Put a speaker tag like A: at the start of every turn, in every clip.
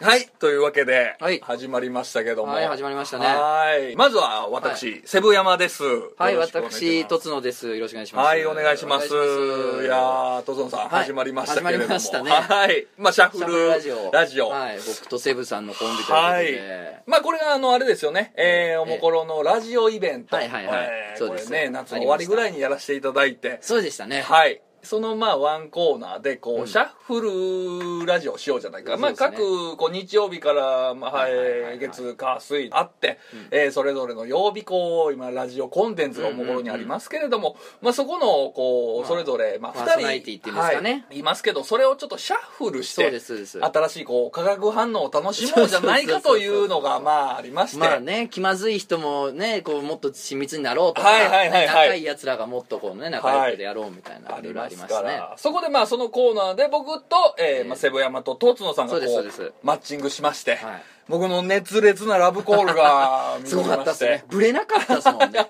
A: はいというわけで、
B: はい
A: 始まりましたけども
B: はい始まりましたね
A: はいまずは私、セブ山です
B: はい、
A: よろしくお願いしま
B: 私、
A: す
B: とつのです。よろしくお願いします。
A: はいお願いします
B: お願いします
A: いやーとぞんさん、
B: はい
A: 始まりましたけれども
B: 始まりましたね
A: はいまあシャッフ
B: シャ
A: ル
B: ブラジオ。
A: ラジオ
B: はい、僕とセブさんのコンビということで。
A: はいまあこれがあのあれですよね、えー、おもころのラジオイベント、
B: はいはいはい
A: えー
B: そうです
A: これね夏の終わりぐらいにやらせていただいて
B: そうでしたね。
A: はいそのまあワンコーナーでこう、
B: うん
A: シャッフルラジオしようじゃないか、
B: そう
A: まあ、
B: ですね
A: 各こう日曜日から、まあ
B: はいはいはいはい
A: えー月火水あって、えーそれぞれの曜日こう今ラジオコンテンツがおもころにありますけれども、まあ、そこのこう、
B: まあ
A: それぞれ、まあ、
B: パーソナリ
A: 2
B: ティっ
A: 人
B: ていうんですかね
A: はい、いますけどそれをちょっとシャッフルし
B: そう
A: て
B: です、そうです。
A: 新しいこう化学反応を楽しもうじゃないかというのがまあありまして、
B: まあね、気まずい人もね、こう、もっと親密になろうとか、
A: はいはいはいはい
B: ね仲いい奴らがもっとこうね、仲良くでやろうみたいな、
A: あ
B: い
A: り
B: ろいろあ
A: ます
B: りまし
A: か
B: た
A: ら
B: ね。
A: そこでまあそのコーナーで僕と、えーまあ、セブ山とトーツノさんがこ
B: そうですそうです
A: マッチングしまして、
B: はい
A: 僕の熱烈なラブコールが見 つ
B: す
A: け
B: ごかっ
A: ま
B: たで
A: し
B: す
A: て
B: ね。ブレなかったですも んね。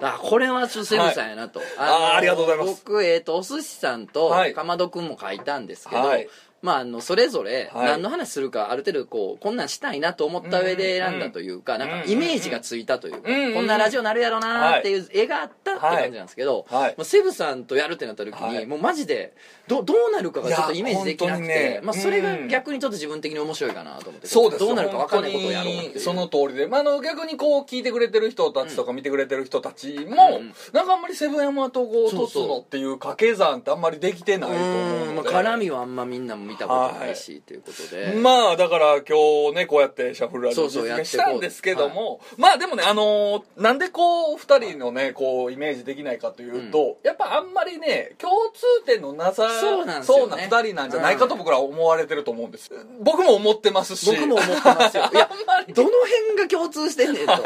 B: あこれはちょっとセブさんやなと、
A: あー
B: の
A: ありがとうございます
B: 僕、えっとお寿司さんと
A: はい
B: かまどくんも書いたんですけど、
A: はい
B: まあ、あのそれぞれ
A: はい
B: 何の話するかある程度こうこんなんしたいなと思った上で選んだというか、
A: ん
B: なんかイメージがついたというか、
A: うんうんうん
B: こんなラジオなるやろなーっていう絵があったって感じなんですけど、
A: はいはい
B: もうセブさんとやるってなった時に、
A: はい
B: もうマジでどどうなるかがちょっとイメージできなくて、
A: いや本当にね
B: まあ、それ
A: う
B: が
A: ん
B: 逆にちょっと自分的に面白いかなと思って
A: そうです
B: どうなるか分かんないことをやろうって
A: 本
B: い
A: 当
B: う
A: にその通りで、まあ、あの逆にこう聞いてくれてる人たちとか見てくれてる人たちも、
B: うん
A: なんかあんまりセブ山とこう
B: そうそう
A: トツノっていう掛け算ってあんまりできてないと思う
B: うん
A: の
B: まあ
A: で
B: 絡みはあんまみんなも見たことないし、ということで、
A: まあだから今日ねこうやってシャッフルラジオ
B: そうそう
A: 実
B: やって
A: 現
B: こう
A: したんですけどもまあでもねあのーなんでこう二人のねこうイメージできないかというと、やっぱあんまりね共通点のなさ
B: そうなんです
A: そ
B: よね
A: うな二人なんじゃないかと僕らは思われてると思うんです、僕も思ってますし
B: 僕も思ってます よいやどの辺が共通してんねんとな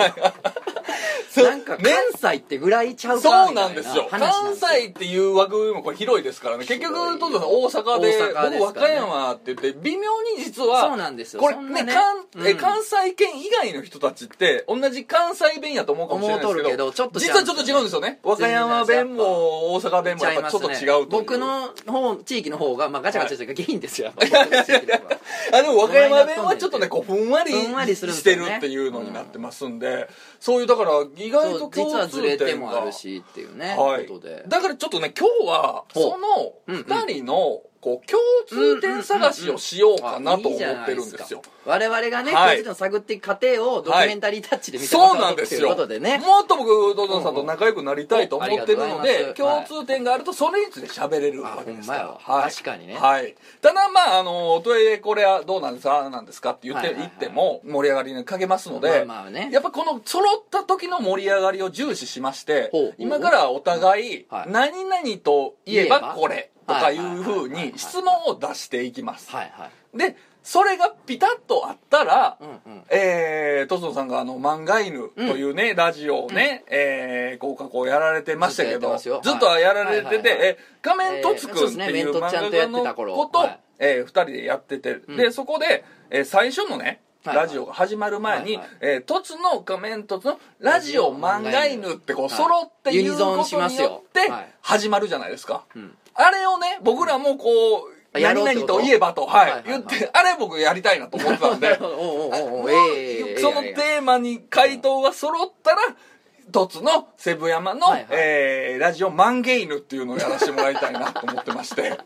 B: んか関西ってぐらいちゃうか
A: そう
B: みた
A: ないんですよ
B: 話な
A: 関
B: んですよ
A: 西っていう枠組みもこれ広いですからね結
B: 広
A: 局
B: い
A: 東條さん大阪で
B: 大阪ですからね
A: 僕和歌山って言って微妙に実
B: そう
A: は
B: なんですよ
A: これ
B: そん
A: ね
B: なね
A: 関え
B: うん
A: 関西圏以外の人たちって同じ関西弁やと思うかもしれないです
B: 思うと
A: け
B: るけ
A: ど
B: どちょっと違う
A: 実
B: んです
A: は
B: よね
A: ちょっと違うんですよね和歌山弁も大阪弁もやっぱちょっと違うという
B: 僕の方地域の方が、まあ、ガチャガチャというか下品です よ、やっぱ僕の地域の方が
A: あでも和歌山弁はちょっとねこうふんわり
B: ふんわりするん
A: し
B: です
A: て
B: よ
A: る
B: ね
A: っていうのになってますんでそういうだから意外
B: そ
A: と
B: う実
A: 共
B: はず
A: 通
B: れ
A: 点
B: て
A: が
B: もあるしっていうね、
A: はい
B: ことで、
A: だからちょっとね今日はそ
B: ほう
A: の2人のこう共通点探しをしようかなと思ってるんですよ
B: 我々がね、
A: はい
B: こいつの探っていく過程をドキュメンタリータッチで見てもら
A: そう
B: う
A: な
B: っ
A: んで
B: て
A: す
B: いう
A: よ
B: ことでね、
A: もっと僕ドドンさんと仲良くなりたいと思ってる
B: うん
A: の
B: ありがと
A: で
B: うござい
A: 共
B: ます
A: 通点があるとそれについて喋れるわけですから
B: あほんまやわ
A: はい
B: 確かにね
A: はいただまああのとはいえこれはどうなんですかああなんですかって言って
B: はいはい
A: 言
B: はい
A: っても盛り上がりにかけますので
B: まあまあね
A: やっぱこの揃った時の盛り上がりを重視しまして
B: ほう
A: 今からお互い
B: はい
A: 何々と言えば
B: 言えば
A: これとかいうふ
B: は
A: う
B: いはいはいはい
A: に質問を出していきます
B: はいはい
A: でそれがピタッとあったら、
B: うんうん
A: えー、トソンさんがあの、漫画犬というね、ラジオをね、えー、広角をやられてましたけ
B: ずっと
A: ど、
B: やってますよ
A: ずっとはやられてて、
B: はいはいはいはい
A: えー画面とつ
B: えーそう
A: く
B: で
A: んっ
B: す
A: て
B: ね
A: いう漫
B: 面とちゃんと
A: 画家
B: やって
A: の
B: た頃
A: こと、
B: はい
A: えー、二人でやってて、
B: うん
A: で、そこで、えー、最初のね、
B: はいはい
A: ラジオが始まる前に、
B: はいはい
A: えー、とつの画面とつのラジオ漫画犬ってこう、
B: はい
A: 揃って言う
B: ユニゾ
A: こ
B: ンし
A: と
B: ま
A: に
B: すよ
A: よって
B: はい、
A: 始まるじゃないですか。
B: うん
A: あれをね、僕らもこう、
B: あやろ
A: 何
B: うって
A: 々
B: こと
A: と言えばと、はい、
B: はいはいはい
A: 言って、あれ僕やりたいなと思ってたん で、
B: おうおうおうおう
A: もう
B: ええええ
A: その
B: ええ
A: テーマに回答が揃ったら、一つのセブ山の、
B: はいはい
A: えーラジオマンゲイヌっていうのをやらせてもらいたいなと思ってま して。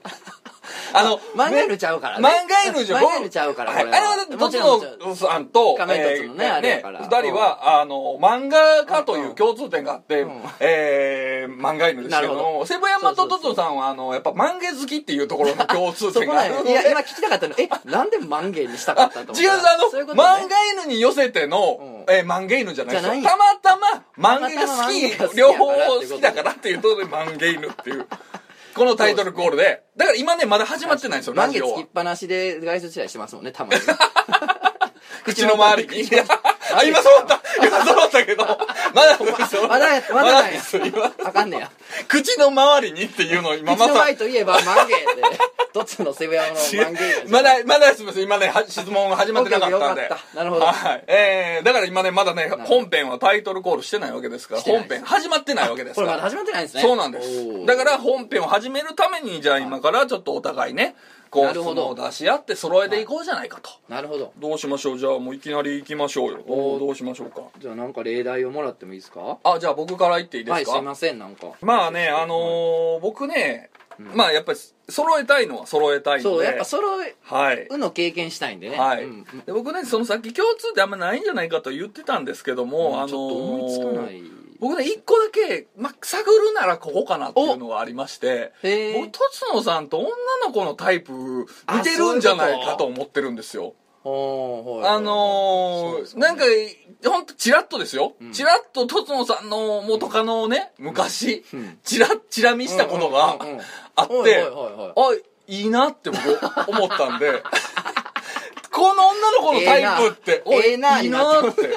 A: あの、
B: 漫画
A: ね
B: 犬ちゃうからね
A: 漫画犬じゃ
B: 漫画犬ちゃうから
A: はい
B: これは
A: あれは
B: も
A: とつ
B: ちろんもちろ
A: のさんと
B: 仮面凸のね
A: えー
B: あれやから
A: 二人はあの漫画家という共通点があって
B: うん
A: えー漫画犬ですけど
B: なるほ
A: もセブ山ととつのさんはあのやっぱ漫画好きっていうところの共通
B: そ
A: 点
B: こ
A: があ
B: な
A: るの
B: ん
A: で
B: やいや今聞きたかったのえなんでマンゲーにしたかったと思った
A: 違うあの
B: そういうこと
A: 漫
B: ね
A: 画犬に寄せての、
B: うん
A: えー漫画犬じゃないですよ
B: じゃない
A: たまたま漫画が好き
B: たまたま漫画が好き
A: 両
B: や
A: 方
B: から
A: 好きだからっていうことで漫画犬っていうこのタイトルコールでだから今ねまだ始まってないんですよラ
B: 満
A: ジ
B: 月
A: オ
B: つき
A: は
B: っぱなしで外出試合してますもんねた まに
A: 口の周りにあ今揃った今揃ったけどまだ
B: まだやまだなんや
A: です今
B: あかんねや
A: 口の周りにっていうのを今
B: 口
A: ま
B: の
A: さ
B: 前といえばマンゲーでどっちのセブヤのマンゲー
A: まだまだすみません今ねは質問が始まってなかったんで
B: よかったなるほど
A: はいえー、だから今ねまだね
B: ど
A: 本編はタイトルコールしてないわけですから
B: してな
A: 本
B: いで
A: 編
B: す
A: 始まってないわけです か
B: これ
A: ら
B: まだ始まってないんですね
A: そうなんで
B: お
A: す
B: ー
A: だから本編を始めるためにじゃあ今からちょっとお互いねこう
B: なるほ
A: そ
B: ど
A: の出し合って揃えていこうじゃないかと、
B: なるほど
A: どうしましょうじゃあもういきなり行きましょうよ
B: おー
A: どうしましょうか
B: じゃあなんか例題をもらってもいいですか
A: あじゃあ僕から言っていいで
B: は
A: す
B: い
A: か、
B: すいませんなんか
A: まあねあのー僕ね、
B: うん
A: まあやっぱり揃えたいのは揃えたいので
B: そうやっぱ揃え
A: はい、
B: うの経験したいんでね
A: はい
B: うんうん
A: で僕ねそのさっき共通ってあんまないんじゃないかと言ってたんですけども、あのー
B: ちょっと思いつかない
A: 僕ね一個だけ、まあ、探るならここかなっていうのがありまして
B: へ
A: 僕
B: え
A: とつのさんと女の子のタイプ似てるんじゃないかと思ってるんですよ
B: おーはい
A: あ
B: そう
A: の
B: です
A: ー、
B: ね
A: なんか、ほんと、チラッとですよ
B: う。ん
A: チラッと、とつのさんの元カノをね、昔
B: うん、
A: チラッ、チラ見したことが
B: うんうんうんうん
A: あっ
B: はいはい
A: て、
B: はいはい
A: あ、いいなって僕、思ったんで、 この女の子のタイプって、お
B: ええなえ
A: い
B: え
A: い
B: な
A: なって。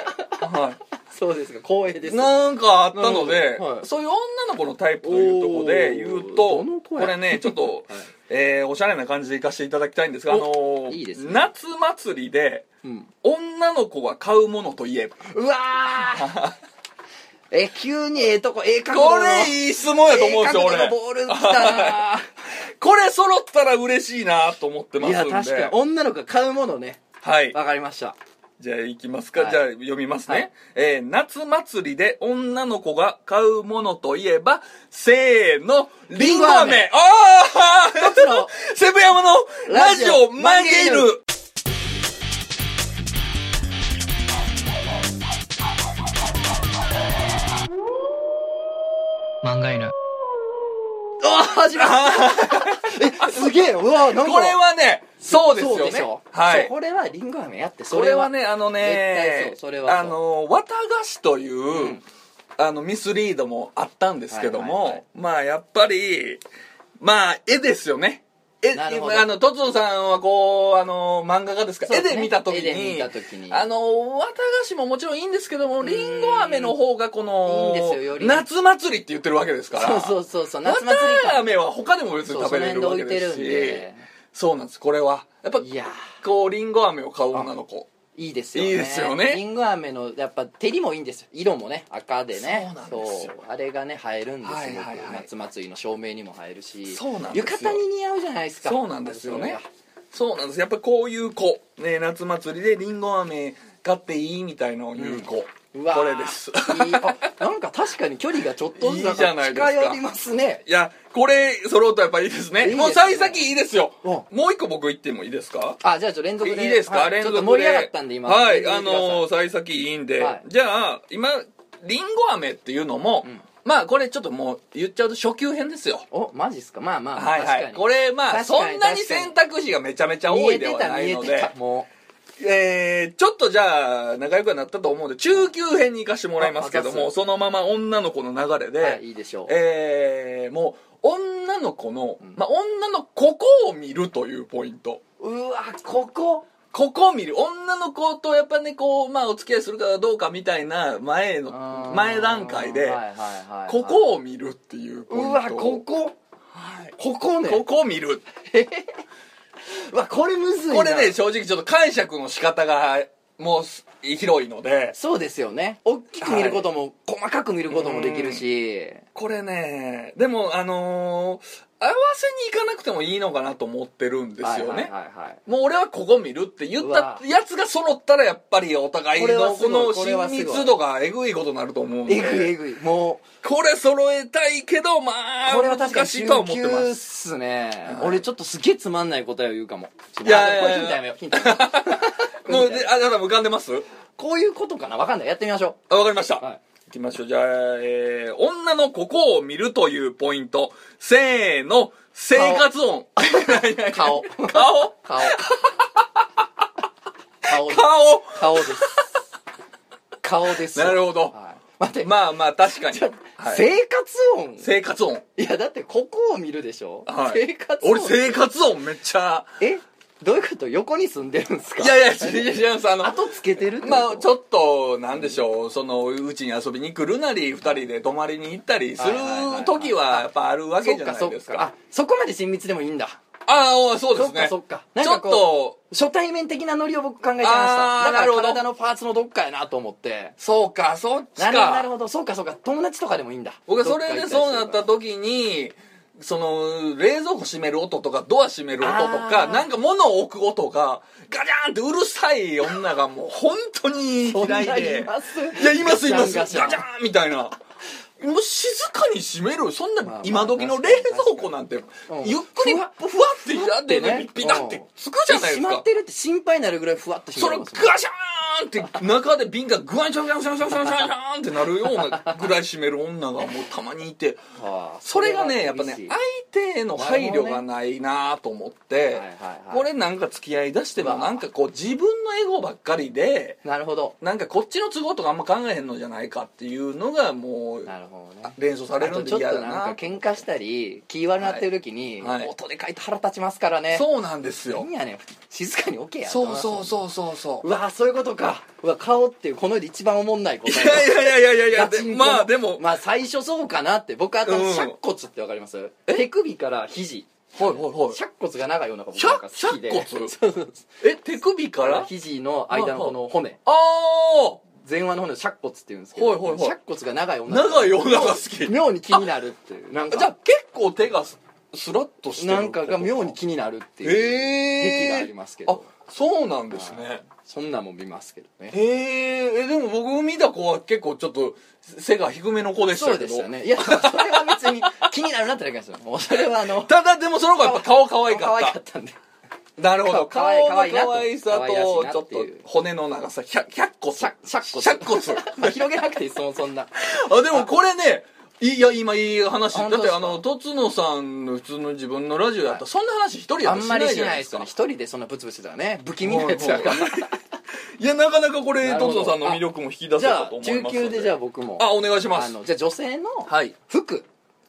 A: は
B: そうですか光栄で
A: い、
B: す
A: なんかあったので、
B: なるほどはい
A: そういう女の子のタイプというところで言う
B: お
A: と
B: ーどの子
A: こ
B: や
A: れねちょっと、
B: はい
A: えーおしゃれな感じでいかせていただきたいんですが、あのー
B: いいですね
A: 夏祭りで
B: うん
A: 女の子が買うものといえば
B: うわ ーえ急にええとこええ角
A: こ
B: 度の
A: れいい質問やと思うんですよ
B: ええ角度の
A: 俺
B: ボール 来た
A: これ揃ったら嬉しいなと思って
B: な
A: ま
B: い
A: すん
B: や
A: で
B: 確かに女の子が買うものね
A: はい
B: わかりました
A: じゃあいきますか、
B: はい
A: じゃあ読みますね、
B: はい
A: えー夏祭りで女の子が買うものといえばせーのりんご
B: りんご
A: 飴
B: 飴
A: あ
B: 一 つの
A: あセブヤマのラジオ曲げ
B: ラジオ曲げ
A: る
C: 漫画犬
B: うわー始まったえすげえうわーなんか
A: これはねそうですよね
B: そうでしょ
A: は
B: そう
A: い
B: これはリンゴ飴やって
A: それはねあの
B: 絶対
A: ね
B: そうそれはそう
A: あの綿菓子という、
B: ん
A: あのミスリードもあったんですけども、
B: はいはいはい
A: まあやっぱりまあ絵ですよね絵
B: なるほど
A: 今あのとつのさんはこうあの漫画家ですか
B: そう
A: 絵
B: ですね
A: で見た時に
B: 絵で見た時に
A: あの綿菓子ももちろんいいんですけどもりんご飴の方がこの
B: いいんですよより
A: 夏祭りって言ってるわけですから
B: そうそうそうそう
A: 夏
B: 夏祭り
A: 祭り
B: か
A: 飴は他でも別に
B: そう
A: 食
B: そ
A: べれ
B: の辺
A: る
B: で
A: わ
B: 置
A: け
B: いて
A: で
B: る
A: す
B: ん
A: し
B: で
A: そうなんですこれはやっぱ
B: いや
A: こうりんご飴を買う女の子
B: ーいいですよね
A: いいですよね
B: リンゴ飴のやっぱ照りもいいんですよ色もね赤でね
A: そうなんですよ
B: そうあれがね映えるんですよ、
A: はいはいはい
B: 僕夏祭りの照明にも映えるし
A: そうなんですよ
B: 浴衣に似合うじゃないですか
A: そうなんですよねそうなんですやっぱこういう子、ね、夏祭りでりんご飴買っていいみたいのを言う子、
B: うわー
A: これです
B: いいあなんか確かに距離がちょっとずつ
A: いいじゃないですか
B: 近寄りますね
A: いやこれ揃うとやっぱいいですね
B: いいですね
A: もう幸先いいですよ
B: うん
A: もう一個僕言ってもいいですか
B: あじゃあちょっと連
A: い
B: 続
A: い
B: で
A: ですか、
B: はい
A: 連
B: ちょ
A: 続
B: っ
A: で
B: と盛り上がったんで今
A: はい
B: 連
A: あ
B: 続でください
A: のー幸先いいんで、
B: はい
A: じゃあ今りんご飴っていうのも、
B: うん
A: まあこれちょっともう言っちゃうと初級編ですよ
B: おマジっすかまあまあ、
A: はいは
B: 確
A: い
B: かに
A: これまあ
B: 確
A: そ
B: かに
A: んなに選択肢がめちゃめちゃ多
B: 見え
A: いで
B: て
A: は
B: た
A: な
B: 見
A: い
B: え
A: の
B: て
A: で
B: たも
A: えー、ちょっとじゃあ仲良くはなったと思うんで中級編に行かしてもらいますけど
B: ああざ
A: も
B: っす
A: そのまま女の子の流れで、
B: う、はい、いいでしょう
A: えー、もう女の子の、
B: ん
A: まあ、女のここを見るというポイント
B: うわここ
A: ここを見る女の子とやっぱねこう、まあ、お付き合いするかどうかみたいな前の前段階で、
B: はいはいはいはい
A: ここを見るっていうポイント
B: うわここ
A: はい
B: ここね
A: ここを見る
B: うわこれむずいな
A: これね正直ちょっと解釈の仕方がもうす広いので
B: そうですよね大きく見ることも、細かく見ることもできるし
A: これねでもあのー合わせに行かなくてもいいのかなと思ってるんですよね、
B: はいはいはいはい
A: もう俺はここ見るって言っ
B: う
A: た
B: わ
A: やつが揃ったらやっぱりお互い
B: これ
A: の
B: はす
A: こ
B: ごい
A: の
B: これ
A: 親
B: はすごい
A: 密度がえぐいことになると思うん
B: えぐい
A: で
B: えぐいも
A: これ揃えたいけどま
B: う
A: あ
B: これは確か
A: 難
B: に
A: しいとは思
B: 中
A: って
B: 級
A: ます
B: っすね、
A: はい
B: 俺ちょっとすげえつまんない答えを言うかも
A: いやいやいや
B: これヒントやめようヒントやめよ う
A: もうであなた浮かんでます
B: こういうことかなわかんないやってみましょ
A: あわかりました、
B: う、はい
A: 行きましょうじゃあ、えー女のここを見るというポイントせーの生活音
B: 顔
A: 顔
B: 顔顔
A: 顔
B: です顔です顔です
A: なるほど
B: はい、待って、
A: まあまあ確かに、はい
B: 生活音
A: 生活音
B: いやだってここを見るでしょ、
A: はい
B: 生活音
A: 俺生活音めっちゃ
B: えどういうこと横に住んでるんですか
A: いやいや違う違う違うあの
B: 後つけてるってこと
A: まあちょっとなんでしょうそのうちに遊びに来るなり二人で泊まりに行ったりする
B: はいはいはいはい
A: 時はやっぱあるわけ
B: そっ
A: じゃ
B: か
A: な
B: そ
A: い
B: っ
A: です
B: か
A: か
B: あそこまで親密でもいいんだ
A: ああそうで
B: そ
A: す
B: っか
A: ね
B: そっかなん
A: ちょ
B: か
A: っ
B: こう
A: と
B: 初対面的なノリを僕考えてまし
A: あー
B: た
A: な
B: だか
A: る
B: ら
A: ほど
B: 体のパーツのどっかやなと思って
A: そうかそっち
B: なるほどなる
A: か
B: ほどそうかそうか友達とかでもいいんだ
A: 僕はそれでそうなった
B: どっか
A: 時
B: 行
A: にその冷蔵庫閉める音とかドア閉める音とか
B: あー
A: なんか物を置く音がガジャンってうるさい女がもう本当に嫌いで
B: います
A: いやいますいます
B: ガ
A: ガ
B: チ
A: チ
B: ャ
A: ャ
B: ンガ
A: ン
B: チャン
A: みたいなもう静かに閉めるそん
B: まあま
A: な
B: あ
A: 今時の冷蔵庫なんて
B: うん
A: ゆっくりふ
B: ふわ
A: わってやってねピタってつくじゃないです
B: 閉まっ
A: か
B: てるって心配になるぐらいふわっと
A: そ
B: 閉
A: れ
B: まり
A: ガ
B: ます
A: シャーンって中で瓶がグワンシャンシャンシャンシャンシャンシャンシャンってなるようなぐらい閉める女がもうたまにいて
B: はあ
A: それがねやっぱね
B: 厳しい
A: 相手への配慮がないなと思って
B: はいはいはい
A: これなんか付き合いだしてもなんかこう自分のエゴばっかりで
B: なるほど
A: なんかこっちの都合とかあんま考えへんのじゃないかっていうのがもう
B: なるほどね
A: 連想さ
B: あ
A: れる
B: と
A: ん
B: ちょ
A: で
B: っと
A: 嫌だ
B: な
A: なん
B: か喧嘩したり気悪なってる時に、
A: はいはい
B: 音でかいと腹立ちますからね
A: そうなんですよ
B: 何やねん静かに置けや
A: そうそうそうそうそう
B: うわそういうことかうわ顔っていうこの世で一番おもんない答
A: い
B: え
A: やいやいやいやいや
B: ガチン
A: で
B: コ
A: まあでも
B: まあ最初そうかなって僕あの
A: うん
B: 尺骨ってわかります手首から肘
A: はいはいはい
B: 尺骨が長いような僕
A: 尺
B: なんか好きで
A: 尺骨
B: そうそうそう
A: え手首か
B: から
A: ら
B: 肘の間のこの骨
A: ああ
B: 前腕の骨の尺骨っていうんですけど
A: はいはいはい
B: 尺骨が長い女の子
A: 長い女が好きじ
B: 妙に気になるっていうなん
A: ゃあ
B: か
A: 結構手がススラッとしてる
B: なんかが妙に気になるっていう
A: え
B: 癖
A: え
B: がありますけど
A: あそうなんですね
B: そんなんも見ますけどね
A: へええでも僕見た子は結構ちょっと背が低めの子でした
B: そ
A: けど
B: うでしたねいやそれは別に気になるなってだけなんですよもうそれはあの
A: ただでもその子はやっぱ顔可愛か
B: 可
A: っ
B: 愛
A: た
B: かったんで
A: なるほど
B: かわいい
A: 顔の可
B: かわいいなと
A: 愛さ
B: 可
A: と
B: 愛らしいな
A: ちょ
B: っ
A: って
B: いう
A: と骨の長さ 100, 100個
B: 尺尺骨
A: 100個
B: 広げなくていいそもそんな
A: あでもこれねいいや今いい話だ
B: 本
A: っ
B: 当で
A: て
B: すか
A: あのつのさんの普通の自分のラジオやったらそんな話一人や
B: あ
A: ったら
B: ん
A: し
B: ま
A: ない
B: りし
A: じゃな
B: ない
A: いで
B: で
A: すす
B: よ
A: か
B: ね一人でそんなブツブツだからね不気味なやつ
A: は
B: や
A: い
B: か
A: は
B: ら
A: いいやなかなかこれ
B: なる
A: と
B: ほ
A: つ
B: ど
A: のさんの魅力も引き出せ
B: じ
A: た
B: ゃあ
A: と思い
B: 中
A: ます
B: 級でじゃあ僕も
A: あお願いしま
B: あ
A: す
B: のじゃあ女性の
A: はい
B: 服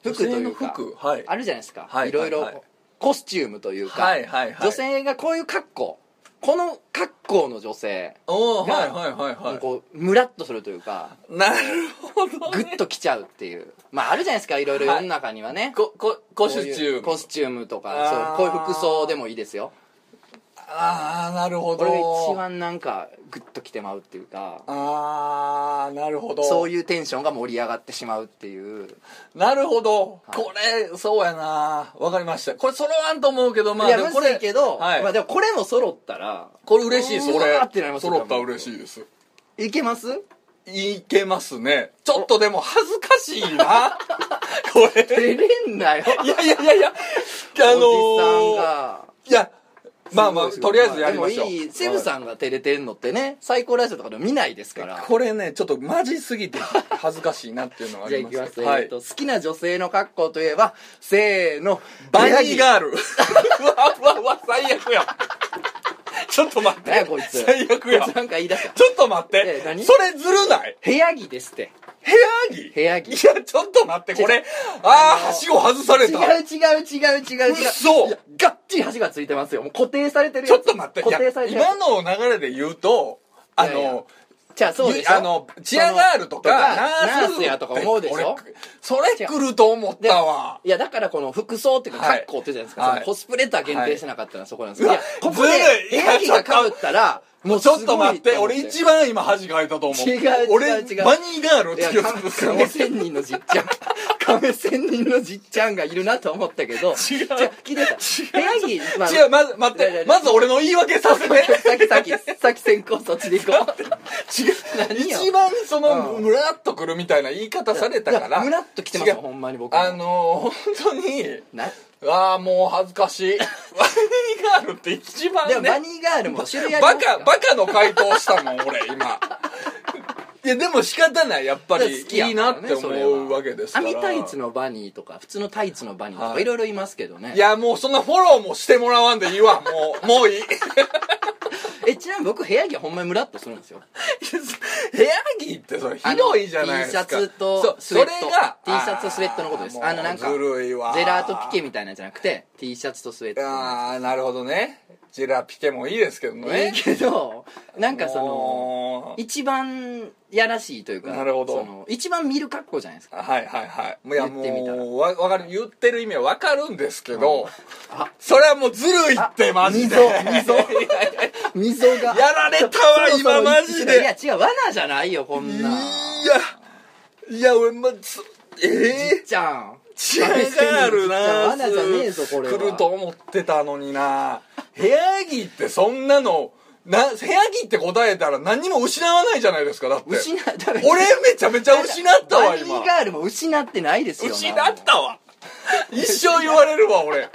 B: 服というか
A: 女性の服はい
B: あるじゃないですか、
A: はい
B: いろい
A: はいは
B: ろ
A: い
B: コスチュームというか、
A: はいはいはい
B: 女性がこういう格好この格好の女性
A: おお
B: が
A: はいはいはいは
B: こうムラっとするというか
A: いなるほど
B: グッときちゃうっていうまああるじゃないですかいろいろ世の中にはね、
A: ここコ
B: こう
A: シ
B: いう
A: ュチュー
B: コ
A: ム
B: スチュームとか
A: あー
B: そうこういう服装でもいいですよ
A: ああなるほ
B: こ
A: ど
B: れが一番なんかグッときてまうっていうか
A: ああなるほど
B: そういうテンションが盛り上がってしまうっていう
A: なるほど、
B: はい
A: これそうやなわかりましたこれ揃わんと思うけどまあ
B: いや
A: でも
B: む
A: こ
B: ず
A: れ
B: いけど、
A: はい
B: まあ、でもこれも揃ったら
A: これ嬉しいです
B: うわ
A: 俺
B: ーってなりますよ
A: 揃ったら嬉しいです
B: いけます
A: いけますねちょっとでも恥ずかしいなこれ
B: 照れ んなよ
A: いやいやいやいやあの
B: おじさん
A: ー、
B: が
A: いやまあまあとりあえずやりましょう
B: でもいいセブさんが照れてんのってね最高ラジオとかでも見ないですから
A: これねちょっとマジすぎて恥ずかしいなっていうのがあ
B: じゃあ
A: り
B: い
A: ま
B: き
A: す
B: ます、
A: は
B: えっ
A: い
B: と好きな女性の格好といえばせーの
A: バニーガール うわうわうわ最悪 やちょっと待っ
B: 何や
A: て
B: こいつ
A: 最悪や
B: こいつなんか言い出した
A: ちょっと待っ
B: え
A: て
B: 何
A: それずるない
B: 部屋着ですって
A: 部屋着
B: 部屋着
A: いやちょっと待ってこれああはしご外され
B: 違う
A: た
B: 違う違う違う違う
A: 嘘
B: いやがっちり箸がついてますよもう固定されてる
A: ち
B: や
A: ょ
B: つ
A: っと待ってい
B: 固
A: や
B: 定されてるやつ
A: 今の流れで言うとあ
B: いやいや
A: の
B: じゃあそうでしょ
A: あのチアガールとか
B: ナ
A: ナ
B: ー
A: ー
B: ス
A: ス
B: やとか思うでしょ
A: 俺それ来ると思ったわ
B: いやだからこの服装っていうか
A: はい
B: 格好ってじゃないですか、
A: はい
B: そのコスプレとは限定してなかったのはそこなんですけ
A: う
B: ど、
A: わず
B: い、やここで
A: るい
B: 部屋着がかぶったらもう
A: ちょっと待って、俺
B: 番
A: 一番今恥かいたと思う。
B: 違う違う
A: 俺、
B: 違う
A: バニーガールっ
B: い
A: て
B: や
A: 言う
B: 亀亀仙人のじっちゃん亀仙人のじっちゃんがいるなと思ったけど違う
A: 違う
B: 聞いてた部屋着、まあ、
A: 違う、まず、待っ
B: いやいや
A: て、まず俺の言い訳さ せて。
B: 先先先先行そっちで行こう
A: 違う
B: 何よ
A: 一番その、
B: う
A: ムラっとくるみたいな言い方されたか
B: いや
A: ら
B: ムラっと来てますよ
A: 違う
B: ほんまに僕
A: あのー本当 に
B: な
A: ああもう恥ずかし いバニーガールって一番
B: でも
A: ね
B: バニーガールも種類ありま
A: バ
B: すから
A: カバカの回答したもん俺 今いやでも仕方ないやっぱり
B: 好きや
A: いい
B: か
A: な
B: ら
A: っ
B: ね
A: て
B: それ
A: 思
B: は
A: うわけですから
B: 網タイツのバニーとか普通のタイツのバニーとか
A: はい
B: いろいろいますけどね
A: いやもうそんなフォローもしてもらわんでいいわもうもういい
B: えちなみに僕部屋着はほんまにムラっとするんですよ
A: 部屋着ってそれひどいじゃないですか
B: T シャツと
A: そう
B: スウェット
A: それが
B: T シャツとスウェットのことです
A: あ
B: あ
A: の
B: の
A: な
B: なんん
A: か
B: か
A: ずるいわ
B: ジェラートピケみたいなんじゃなくて T シャツとスウェットの
A: ああなるほどねジェラピケもいいですけど
B: いい
A: ね
B: けどなんかその
A: もう
B: 一番やらしいというか
A: なるほど
B: その一番見る格好じゃないです
A: は
B: か
A: いはいはいいや
B: 言ってみたら
A: もうわわかる言ってる意味はわかるんですけど、
B: あ
A: それはもうずるいってマジで
B: 溝溝
A: いやいやい
B: 溝 が
A: ややられたわ今マジで
B: いや違う罠じゃないよこんな
A: やいや俺まずえ
B: じっちゃん
A: チやがあるな
B: 罠じゃねえぞこれは
A: 来ると思ってたのにな部屋着ってそんなのな部屋着って答えたら何にも失わないじゃないですかだって
B: 失っ
A: 俺めちゃめちゃ失ったわ
B: バニ
A: 今
B: ーガールも失ってないですよな
A: 失ったわ一生言われるわ俺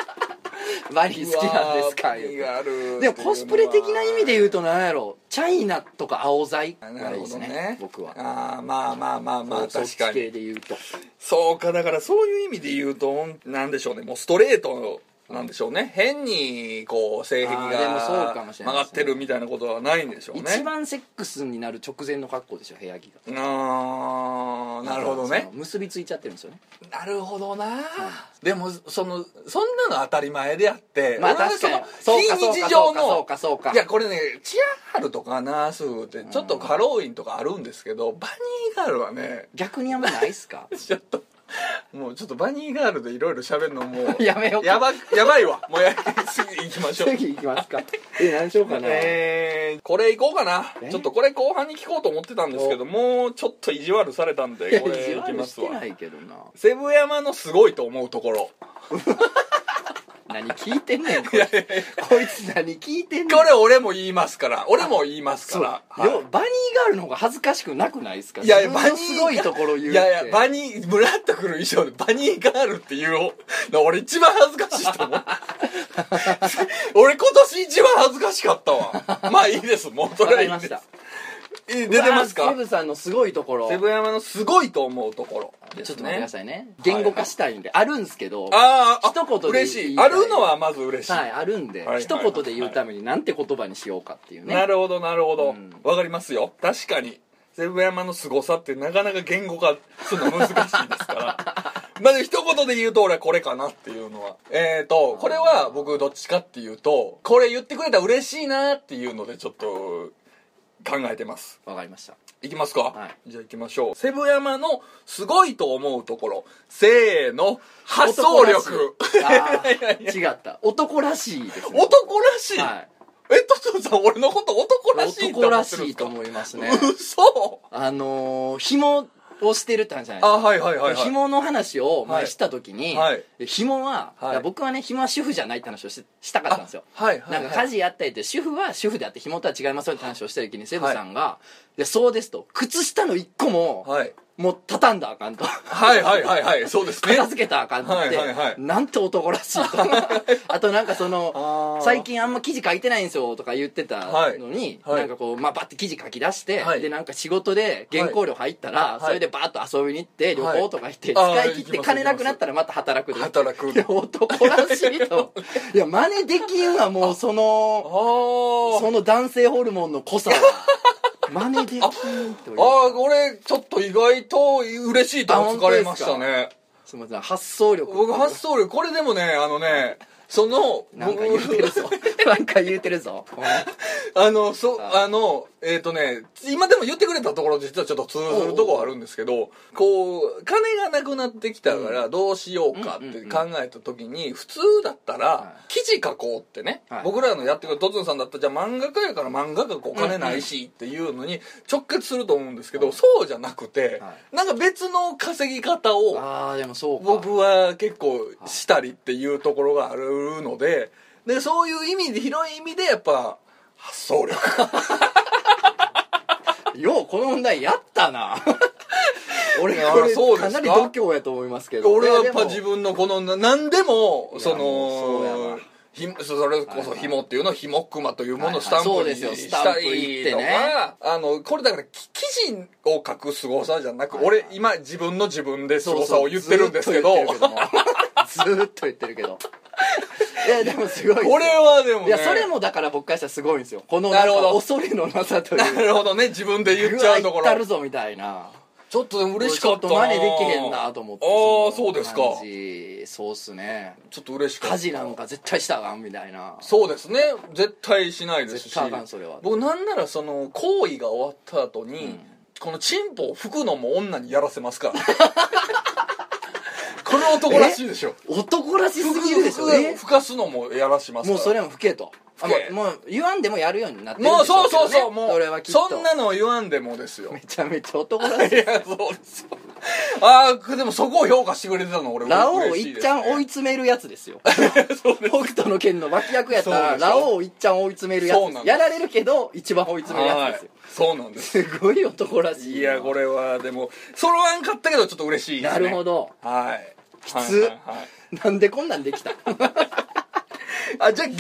B: バニー好きなんですか
A: うわー意味がある
B: でもコスプレ的な意味で言うと何やろチャイナとか青剤がい
A: なる
B: い
A: ほ
B: です
A: ど
B: ね
A: ね
B: 僕は
A: ああまあまあまあまあ
B: そっ
A: 確
B: ち
A: かに
B: 系で言うと
A: そうかだからそういう意味で言うとほんなんでしょうねもうストレートなんでしょうね変にこう性癖
B: あーでもそうか
A: が
B: もしれ
A: 曲
B: な
A: が
B: いですね
A: ってるみたいなことはないんでしょうね
B: 一番セックスになる直前の格好でしょ部屋着が
A: あーなるほどね
B: その結びついちゃってるんですよね
A: なるほどな、でもそのそんなの当たり前であって、
B: まあ
A: 俺は
B: 確かに
A: その
B: そうかそうか
A: 非日常の
B: そうかそうかそうか
A: いやこれねチアールとかナースーってちょっとハロウィンとかあるんですけど、バニーガールはね
B: 逆にあんまないっすか
A: ちょっともうちょっとバニーガールでい ろいろ喋るのもう
B: やめよう
A: やばやばいわもうや次行きましょう
B: 次いきま すかえ何しようかな、
A: えーこれいこうかな
B: え
A: ちょっとこれ後半に聞こうと思ってたんですけどもうちょっと意地悪されたん
B: いや
A: でこれ
B: 意地
A: いき
B: 悪
A: ま
B: し
A: す
B: て
A: わ
B: ないけどな
A: セブ山のすごいと思うところ
B: 何聞いてんねんこいつこいつ何聞いてんねん
A: これ俺も言いますから俺も言います
B: そう
A: か
B: よ
A: らは
B: バニーガールの方が恥ずかしくなくないですか
A: いやいや
B: 自分の
A: バニー
B: すごいところ言うっ
A: い
B: て
A: いやいやバニームラっとくる衣装でバニーガールっていうの俺一番恥ずかしいと 思う俺今年一番恥ずかしかったわまあいいですもうそ
B: わ
A: れは
B: か
A: いい
B: りま
A: で
B: し
A: す
B: た
A: え出てます
B: うわ
A: か
B: セブさんのすごいところ
A: セブ山のすごいと思うところですね
B: ちょっと待ってくださいね言語化したいんで、あるんすけど
A: あーあ
B: 一言で
A: 嬉し
B: 言い
A: い
B: たい
A: あるのはまず嬉しい、
B: はいあるんで、
A: はいはい
B: 一言で言うためになんて言葉にしようかっていうね
A: なるほどなるほどわ、
B: うん
A: かりますよ確かにセブ山の凄さってなかなか言語化するの難しいですから まず一言で言うと俺はこれかなっていうのはえーとこれは僕どっちかっていうとこれ言ってくれたら嬉しいなっていうのでちょっと考えてます
B: わかりました
A: いきますか、
B: は
A: じゃあいきましょうセブ山のすごいと思うところせーの発想力
B: 男ら しいあー違った男らしいですね
A: 男らしい、
B: は
A: えっとさん俺のこと男らしいっ
B: い、
A: て思
B: 男ら
A: っ
B: して
A: るんで
B: い
A: すか
B: と思いますね
A: 嘘
B: あのー、紐をしてるって話じゃないですか
A: あはいはいはいはい
B: 紐の話を前した時に、
A: はい
B: 紐は、
A: はい
B: いや僕はね紐は主婦じゃないって話をししたかったんですよ
A: あはいはいはい
B: なんか家事やったりって主婦は主婦であって紐とは違いますよって話をした時にセブさんが「いやそうです」と「靴下の一個も、
A: はい
B: もう畳んだらあかん」と。
A: はいはいはいはいそうですね
B: 片付けたらあかんって、
A: はいはいはい
B: なんて男らしい とあとなんかそ
A: あ
B: の
A: ー
B: 最近あんま記事書いてないんですよとか言ってたのに、
A: はいはい
B: なんかこう、まあ、バッて記事書き出して、
A: はい
B: でなんか仕事で原稿料入ったら、
A: い
B: それでバーッと遊びに行って旅行とか行って、
A: はいあー
B: 使い切って金なくなったらまた働くで
A: 働く
B: いや男らしい といや真似できんわもうそ
A: あ
B: の
A: ー
B: その男性ホルモンの濃さは真似できんという
A: あーこれちょっと意外と嬉しいと思われましたね
B: すみません発想力
A: 僕発想力これでもねあのねその
B: なんか言うて るぞなんか言うてるぞ
A: あの、そ、
B: はい
A: あの、えっ、とね、今でも言ってくれたところ、実はちょっと通ずるとこはあるんですけど、こう、金がなくなってきたからどうしようかっ
B: うんうん
A: て
B: うん
A: 考えた時に、普通だったら
B: は、
A: 記事書こうってね、
B: はい
A: 僕らのやってくるとつんさんだったら、じゃあ漫画家やから漫画家こう金ないしっていうのに直結すると思うんですけど、
B: はい
A: そうじゃなくて、
B: は
A: なんか別の稼ぎ方を、
B: ああでもそうか
A: 僕は結構したりっていうところがあるのででそういう意味で広い意味でやっぱ発想力
B: ようこの問題やった な俺
A: いや
B: これ
A: そうで
B: か
A: すか
B: なり度胸やと思いますけど
A: 俺はやっぱ
B: い
A: 自分のこのな何でも
B: いや
A: そ
B: もうそうや
A: の
B: わ
A: ひそれこそ
B: はいはい
A: 紐っていうのをひもくまというものを
B: はいはい
A: スタンプ
B: そう
A: に
B: ですよ
A: し
B: スタン
A: た
B: プ
A: り
B: いっ
A: と
B: て
A: か、
B: ね
A: あのこれだからき記事を書く凄さじゃなく、
B: はいはい
A: 俺今自分の自分で
B: そう
A: 凄さを言ってるんですけど
B: ずーっと言ってるけどいやでもすごいです よ
A: これはでもね
B: いやそれもだから僕からしたらすごいんですよこの
A: なるほど
B: なんか恐れのなさという
A: なるほどね自分で言っちゃうとこ
B: うわ行ったる
A: ろ
B: ぞみたいな
A: ちょっとでも嬉しかった
B: ちょっと真似できへんなと思って
A: ああ
B: の
A: ーそうですか
B: 感じそうっすね
A: ちょっと嬉しかった
B: 家事なんか絶対したらあかんみたいな
A: そうですね絶対しないですし
B: 絶対あかんそれは
A: 僕なんならその行為が終わった後に、
B: うん
A: このチンポを拭くのも女にやらせます からこの男らしいでしょ
B: 男らしすぎるでしょ
A: 拭く拭かすのもやらしますから
B: もうそれも吹けとあ
A: 吹け
B: もうもう言わんでもやるようになってるん
A: もう
B: でしょ
A: そううそう
B: けどね
A: そうもう
B: それはきっと
A: そんなの言わんでもですよ
B: めちゃめちゃ男らし
A: い
B: い
A: やそうですよああでもそこを評価してくれてたの 俺
B: ラオウを
A: 嬉し
B: い
A: い
B: っ
A: で
B: ち
A: す
B: ゃ
A: ね
B: ん追い詰めるやつですよ
A: そうです
B: 北斗の拳の脇役やっ
A: そ
B: たら
A: うでしょ
B: ラオウをいっちゃん追い詰めるや
A: そう
B: つ
A: なんです
B: やられるけど一番追い詰めるやつですよ
A: そうなんです
B: すごい男らしい
A: いやこれはでも揃わんかったけどちょっと嬉しいです
B: な
A: ね
B: るほど
A: はいき
B: つ
A: はいはいはい
B: なんでこんなんできた
A: あじゃあ逆に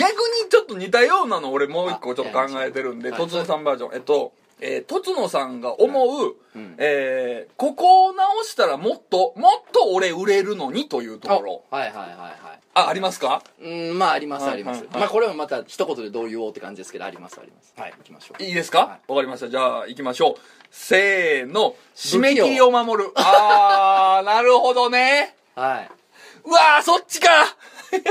A: ちょっと似たようなの俺もう一個
B: あ
A: ちょっと考えてるんで
B: はい
A: とつのさんバージョンえっとえーとつのさんが思う、
B: うん
A: えーここを直したらもっともっと俺売れるのにというところ
B: はいはいはいはい
A: あありますか
B: うんまああります
A: はい
B: ありま
A: は
B: す、
A: いはい
B: まあこれもまた一言でどう言おうって感じですけどありますありますはい行きましょう
A: いいですかわ、
B: は
A: かりましたじゃあ行きましょうせーの締め切りを守る あーなるほどね
B: は
A: うわーそっ ちか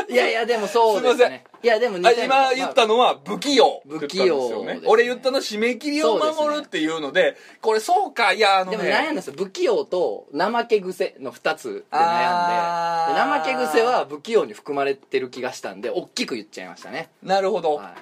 B: いいやいやでもそうですね
A: すいません
B: いやでも似
A: あ
B: たような
A: 今言ったのは不器用
B: 不
A: って
B: 器
A: 言
B: 用
A: ったんですよね
B: ですね
A: 俺言ったの締め切りを守るっていうのでこれそうかいやあの
B: で
A: ね
B: も悩んだんですよ不器用と怠け癖の2つで
A: あ
B: 悩ん
A: ー
B: でで怠け癖は不器用に含まれてる気がしたんで大きく言っちゃいましたね、
A: なるほど、
B: は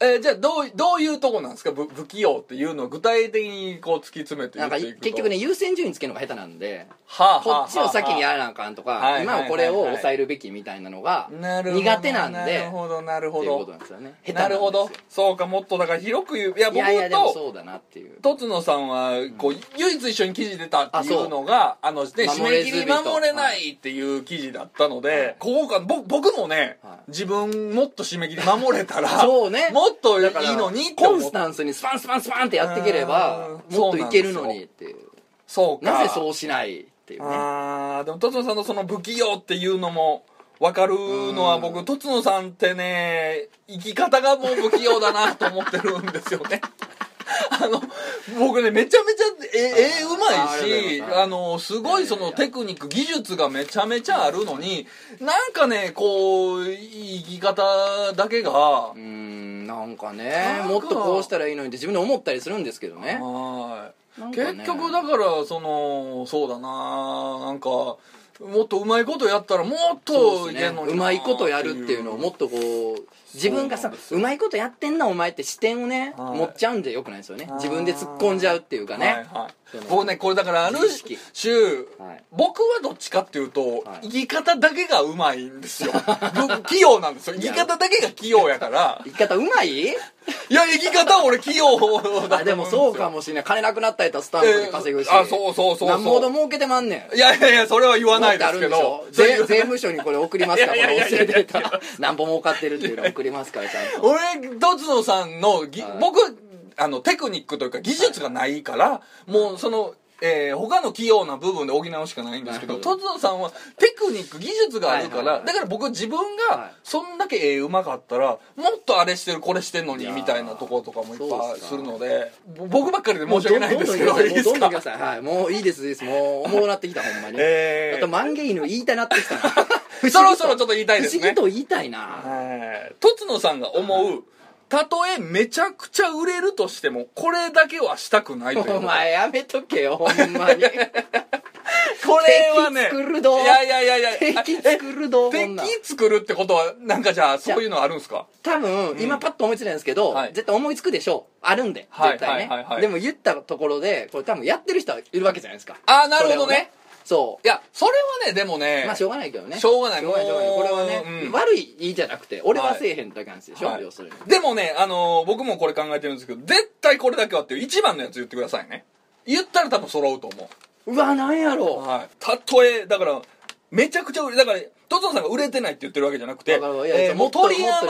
A: えーじゃあどうどういうとこなんですか不不器用っていうのを具体的にこう突き詰め
B: い、
A: て言
B: なん
A: って
B: か
A: いくと
B: 結局ね優先順位つけるのが下手なんで
A: はあはあはあ
B: こっちを先にやらなあかんと
A: はいはい
B: か
A: はい
B: 今はこれを抑えるべきみたいなのが
A: なるほど
B: 苦手なんで
A: なるほどなる
B: って
A: ほ
B: いうこと
A: ど
B: なんですよね下手な
A: なんる
B: です
A: ほ
B: よ
A: どそうかもっとだから広く言ういや
B: い
A: 僕
B: やいやでも
A: と
B: そうだなっていう
A: とつのさんはこう、唯一一緒に記事出たっていうのがあの、ね、締
B: 守
A: め
B: れず
A: 切
B: 人
A: り守れないっていう記事だったので、
B: はい
A: ここか僕僕もね、
B: はい
A: 自分もっと締め切り守れたら
B: そうね
A: もっとい
B: だから
A: いのにって
B: コン
A: 思っ
B: スタンスにスパンスパンスパンってやっていければ
A: うん
B: もっといけるのにっていう
A: そうか
B: なぜそうしないっていうね
A: あーでもとつのさんのその不器用っていうのも分かるのは
B: う
A: 僕とつのさんってね生き方がもう不器用だなと思ってるんですよね あの僕ねめちゃめちゃ絵絵う
B: あ
A: ま
B: ーあ
A: い
B: りがとうござい
A: し
B: ます
A: あのすごいそのテクニック技術がめちゃめちゃあるのになんかねこう生き方だけが
B: うーんなんか
A: なん
B: ね
A: か
B: もっとこうしたらいいのにって自分で思ったりするんですけどね
A: は、
B: ないんかね
A: 結局だからそのそうだななんかもっとうまいことやったらもっ
B: そ
A: と
B: う
A: い
B: で
A: け
B: す
A: ん
B: ね
A: のにな
B: うまいことやるっていうのをもっとこう自分が
A: そう
B: さ
A: なんですよ
B: うまいことやってんなお前って視点をね
A: はい
B: 持っちゃうんでよくないですよね
A: あー
B: 自分で突っ込んじゃうっていうか
A: はい
B: ね
A: はい
B: その
A: 僕ねこれだからある
B: 自意識
A: 種、
B: はい
A: 僕はどっちかっていうと、
B: は
A: 生
B: い
A: き方だけがうまいん ですよ僕器用なんですよ生き方だけが器用やから
B: 言い方うま い
A: いや生き方は俺器用だと思うんですよ
B: あでもそうかもしれない金なくなったやったらスタンプで稼ぐし
A: えーあそうそうそうそう
B: なんぼほど儲けてまんねん
A: いやいやいやそれは言わないですけど
B: 持ってあるんでし
A: そ
B: ょ
A: うい
B: 税
A: う
B: 税務署にこれ送りますから
A: い
B: こ
A: やい
B: の
A: やいや
B: 音
A: いや
B: 声データ何本儲かってるっていうの送りますからちゃんと
A: 俺とつのさんのぎ、
B: はい
A: 僕あのテクニックというか技術がないから、もうその、えー他の器用な部分で補うしかないんですけど
B: なるほ
A: とつのさんはテクニック技術があるから、
B: はいはいはい
A: だから僕自分
B: はい
A: がそんだけ絵うまかったらもっとあれしてるこれしてんのに
B: いやー
A: みたいなところとかもいっ
B: そう
A: ぱ
B: っ
A: い
B: すか
A: するのでぼ僕ばっかりで申し訳ないんですけど
B: もう
A: いいで
B: ど
A: す
B: んどん行きま
A: か
B: しょうもうどんどん行きましょうはいもういいですいいですもうおもろなってきたほんまに、
A: え
B: あ
A: ー
B: と万華犬言いたなってきた な
A: そろそろちょっと言いたいですね
B: 不思議と言いたいな
A: はいとつのさんが思うたとえめちゃくちゃ売れるとしてもこれだけはしたくないということ
B: お前やめとけよほん まに
A: これはね
B: 敵作るど
A: いやいやいやいや
B: 敵
A: え
B: 作るどこんなん
A: 敵作るってことはなんかじゃあそういうのあるんですか
B: 多分、今パッと思いついたんですけど、
A: はい
B: 絶対思いつくでしょうあるんで
A: はい
B: 絶対ね、
A: はいはいはい
B: でも言ったところでこれ多分やってる人はいるわけじゃないですか
A: あーなるほどね
B: そ
A: いやそれはねでも
B: れ
A: ね
B: をねそうまあしょうがないけどね
A: しょうがない
B: しょうがないしょうがないこれはね、
A: うん
B: 悪いいいじゃなくて俺はせえへんって感じでしょ、
A: はい
B: 要するに
A: でもねあのー僕もこれ考えてるんですけど絶対これだけはっていう一番のやつ言ってくださいね言ったら多分揃うと思
B: うわなんや
A: う
B: ろ
A: はいたとえだからめちゃくちゃ売れだからとつのさんが売れてないって言ってるわけじゃなくて
B: だからいや
A: えーもう
B: もっと
A: 鳥
B: もっ
A: 山
B: と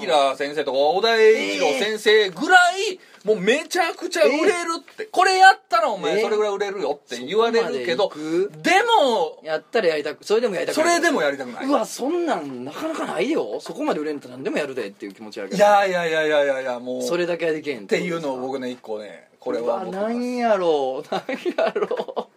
B: でしょ
A: 明先生とか小田栄一郎先生ぐらいもうめちゃくちゃ売れるってこれやったらお前
B: えー
A: それぐらい売れるよって言われるけど
B: そこまで行く
A: でも
B: やったらやりたくそれでもやりたく
A: それで
B: も
A: もやりたくないう
B: わそんなんなかなかないよそこまで売れんと何でもやるでっていう気持ちあるけ
A: い
B: ど
A: やいやいやいやいやいやもう
B: それだけはできへんっ
A: っていうのを
B: 僕
A: 僕ね一個ねこれは
B: うわ
A: 僕
B: なんやろう なんやろう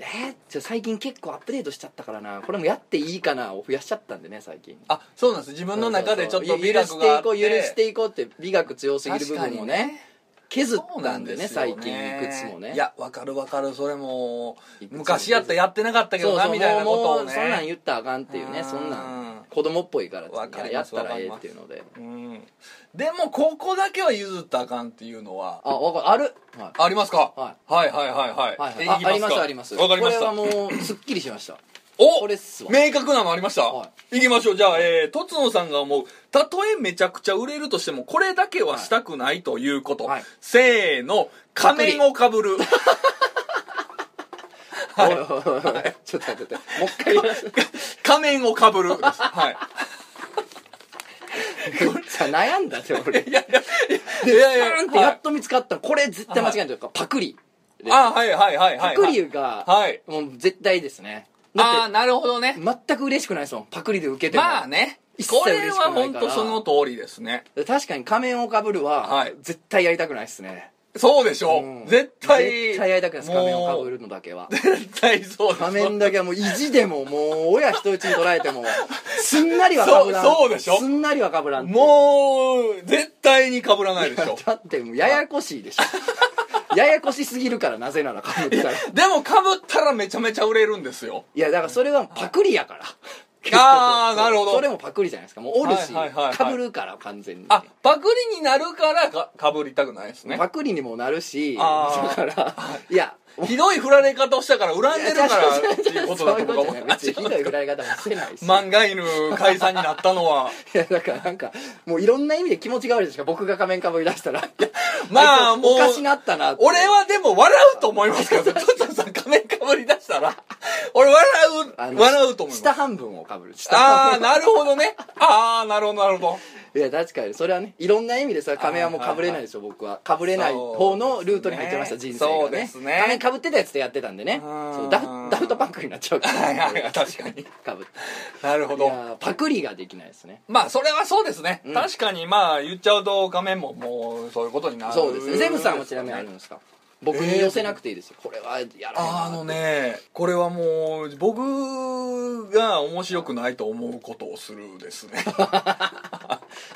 B: えーじゃあ最近結構アップデートしちゃったからなこれもやっていいかなを増やしちゃったんでね最近
A: あそうなんです自分の中でちょっと
B: そうそう
A: 美
B: そう
A: 学があって
B: 許していこう許していこうって美学強すぎる部分
A: 確か
B: も
A: に
B: ね
A: ね
B: 削っ
A: そう
B: た
A: なん
B: ん
A: で
B: ですね
A: よ
B: 最近いくつもね
A: いやわかるわかるそれも
B: いくつも
A: 昔やったらやってなかったけ
B: そ
A: ど
B: う
A: な
B: そう
A: みたいなこと
B: も
A: を
B: うもう
A: ね
B: そんなん言ったらあかんっていうねそんなん
A: ん
B: 子供っぽいから
A: わかり
B: や
A: ま
B: っ
A: す
B: たらええっていうので
A: うんでもここだけは譲ったらあかんっていうのは
B: あわかるある、はい
A: ありますか、
B: は
A: はい、はいはいはい
B: はいはい
A: え
B: あ
A: いき
B: あり
A: か
B: ますあります
A: わかりまし
B: これ
A: た
B: はもうすっきりし ました
A: お
B: これっすわ
A: 明確なのありました、、
B: はい
A: きましょうじゃあ、えー、とつのさんが思うたとえめちゃくちゃ売れるとしてもこれだけはしたくないということ、
B: はい
A: せーの仮面をかぶ る
B: おいおいおいおいちょっと待って待ってもう一回言います
A: 仮面をかぶるです はい
B: さ悩んだって俺
A: いやいやいやいや
B: パーンってやっと見つかったのこれ絶対間違いないというかパクリです
A: あはいはいはいは
B: パ
A: い
B: クリが
A: はい
B: もう絶対ですね
A: あ
B: だ
A: あ
B: っ
A: なるほどね
B: て全く嬉しくないですもんパクリで受けても
A: まあね
B: 一切
A: こ
B: 嬉
A: れ
B: しくないから
A: は本当その通りですね
B: 確かに仮面をかぶる
A: は
B: はい絶対やりたくないですね
A: そうでしょ、
B: うん
A: 絶対
B: 絶対やりたくないです仮面をかぶ
A: る
B: るのだけは
A: 絶対そうです
B: 仮面だけはもう意地でももう親人打ちに捉えてもすんなりはかぶらん
A: そうそうでしょ
B: すんなりはかぶらんって
A: もう絶対にかぶらないでしょ
B: だってもうややこしいでしょ ややこしすぎるからなぜならかぶったらい
A: でもかぶったらめちゃめちゃ売れるんですよ
B: やだからそれはパクリやから
A: あーなるほど
B: それもパクリじゃないですかもうおるし
A: はいはいはいはい
B: かぶるから完全に
A: あパクリになるからかかぶりたくないですね
B: パクリにもなるしだ
A: あー
B: から いや
A: ひどい振られ方をしたから恨んでるからっていうことだと
B: そういうこ
A: 僕は思
B: とじゃな
A: う
B: い別にひどい振られ方もしてないし、
A: 漫画犬解散になったのはい
B: やだからなんかもういろんな意味で気持ちが悪いですから僕が仮面かぶり出したら
A: まあもう
B: おかしなったなって
A: 俺はでも笑うと思いますけど トトさん仮面かぶり出したら 俺笑
B: あ
A: う
B: の
A: 笑うと思いま
B: 下
A: す
B: 半分をかぶる下
A: ああなるほど ねああなるほどなるほ
B: いや確かにそれはねいろんな意味でそれは仮面はもうかぶれないですよ僕はかぶれない方のルートに入ってました
A: そうですね
B: 人生が
A: そう
B: ね
A: ですね
B: 仮面かぶってたやつでやってたんでね
A: うん
B: そうダダウトパンクになっちゃうか
A: どはいはいは
B: ら
A: い 確かに
B: かぶって
A: なるほ
B: い
A: ど
B: やパクリができないですね
A: まあそれはそうですね、
B: うん
A: 確かにまあ言っちゃうと画面ももうそういうことになる
B: そうですねゼブさんはちなみにあるんですか僕に寄せなくていいですよこれはやらへんな
A: あのねこれはもう僕が面白くないと思うことをするですね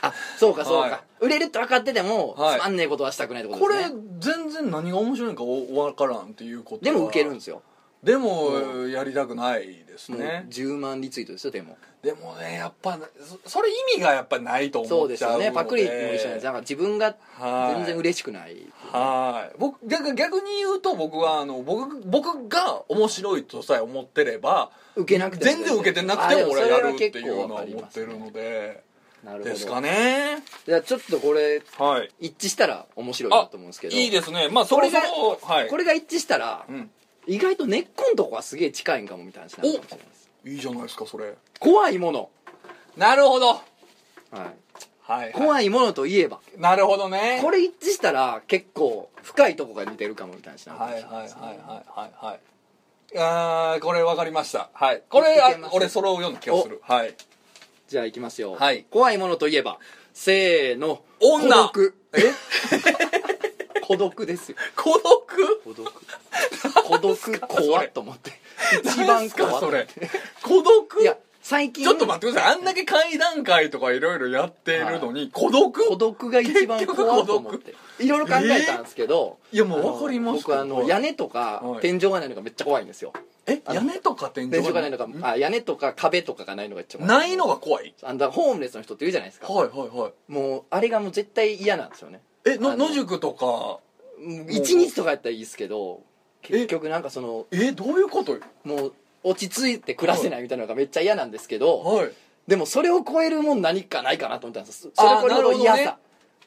B: あそうかそうか、
A: は
B: 売れるって分かってても、
A: はい
B: つまんねえことはしたくないってこと
A: こ
B: ですね
A: れ全然何が面白いのかおわからんっていうこと
B: で
A: は
B: も受けるんですよ、
A: でもやりたくないです
B: もう
A: ね
B: 10万リツイートですよでも
A: でもねやっぱそそれ意味がやっぱないと思っちゃう
B: そ
A: の
B: う
A: で
B: ですよねパクリも一緒なんですだから自分が
A: はい
B: 全然嬉しくない、
A: はい僕逆逆に言うと僕はあの僕僕が面白いとさえ思ってれば
B: 受けなくても
A: 全然受けてなく
B: あ
A: て
B: で
A: も
B: も
A: 俺
B: そ
A: は
B: れ
A: や
B: は
A: るって
B: 結
A: い
B: 構
A: う
B: わ
A: のは
B: かり
A: 思っ
B: ま
A: て
B: す
A: るので
B: なるほど
A: ですかね
B: じゃあちょっとこれ
A: はい
B: 一致したら面白いな
A: あ
B: と思うんですけど
A: いいですねまあそ
B: こ
A: も
B: れ
A: そ
B: が
A: もはい
B: これが一致したら、
A: うん
B: 意外と根っこのとこはすげえ近いんかもみたいな話になるかもしれないです
A: いいじゃないですかそれ
B: 怖いもの、
A: なるほど
B: はい、
A: はい
B: 怖いものといえば
A: なるほどね
B: これ一致したら結構深いとこが似てるかもみたいな話になるか
A: は
B: も
A: い
B: し
A: はい
B: れない
A: はい
B: ですね
A: はいはいあーこれ分かりましたはいこれ
B: いけ
A: あ
B: ます
A: 俺揃うような気がするはい
B: じゃあ行きますよ、
A: はい
B: 怖いものといえばせーの
A: 女
B: 孤独 え孤独ですよ
A: 孤独
B: 孤独孤独怖っと思って一番
A: 何すか
B: 怖っ
A: それ孤独
B: いや最近
A: ちょっと待ってくださいあんだけ会談会とかいろいろやってるのに孤独
B: 孤独が一番怖いと思っていろいろ考えたんですけど、
A: いやもう分かります
B: 僕あの屋根とか
A: はい
B: 天井がないのがめっちゃ怖いんですよ
A: え
B: あの
A: 屋根とか天井
B: 天井がないのがあ屋根とか壁とかがないのが一番怖
A: ないのが怖い
B: あのだからホームレスの人って言うじゃないですか
A: はいはいはい
B: もうあれがもう絶対嫌なんですよね
A: え
B: あ
A: の
B: の
A: 野宿とか
B: もう一日とかやったらいいですけど結局なんかその
A: えどういうこと
B: もう落ち着いて暮らせないみたいなのがめっちゃ嫌なんですけど、
A: はい
B: でもそれを超えるもん何かないかなと思ったんですそれこれの嫌さ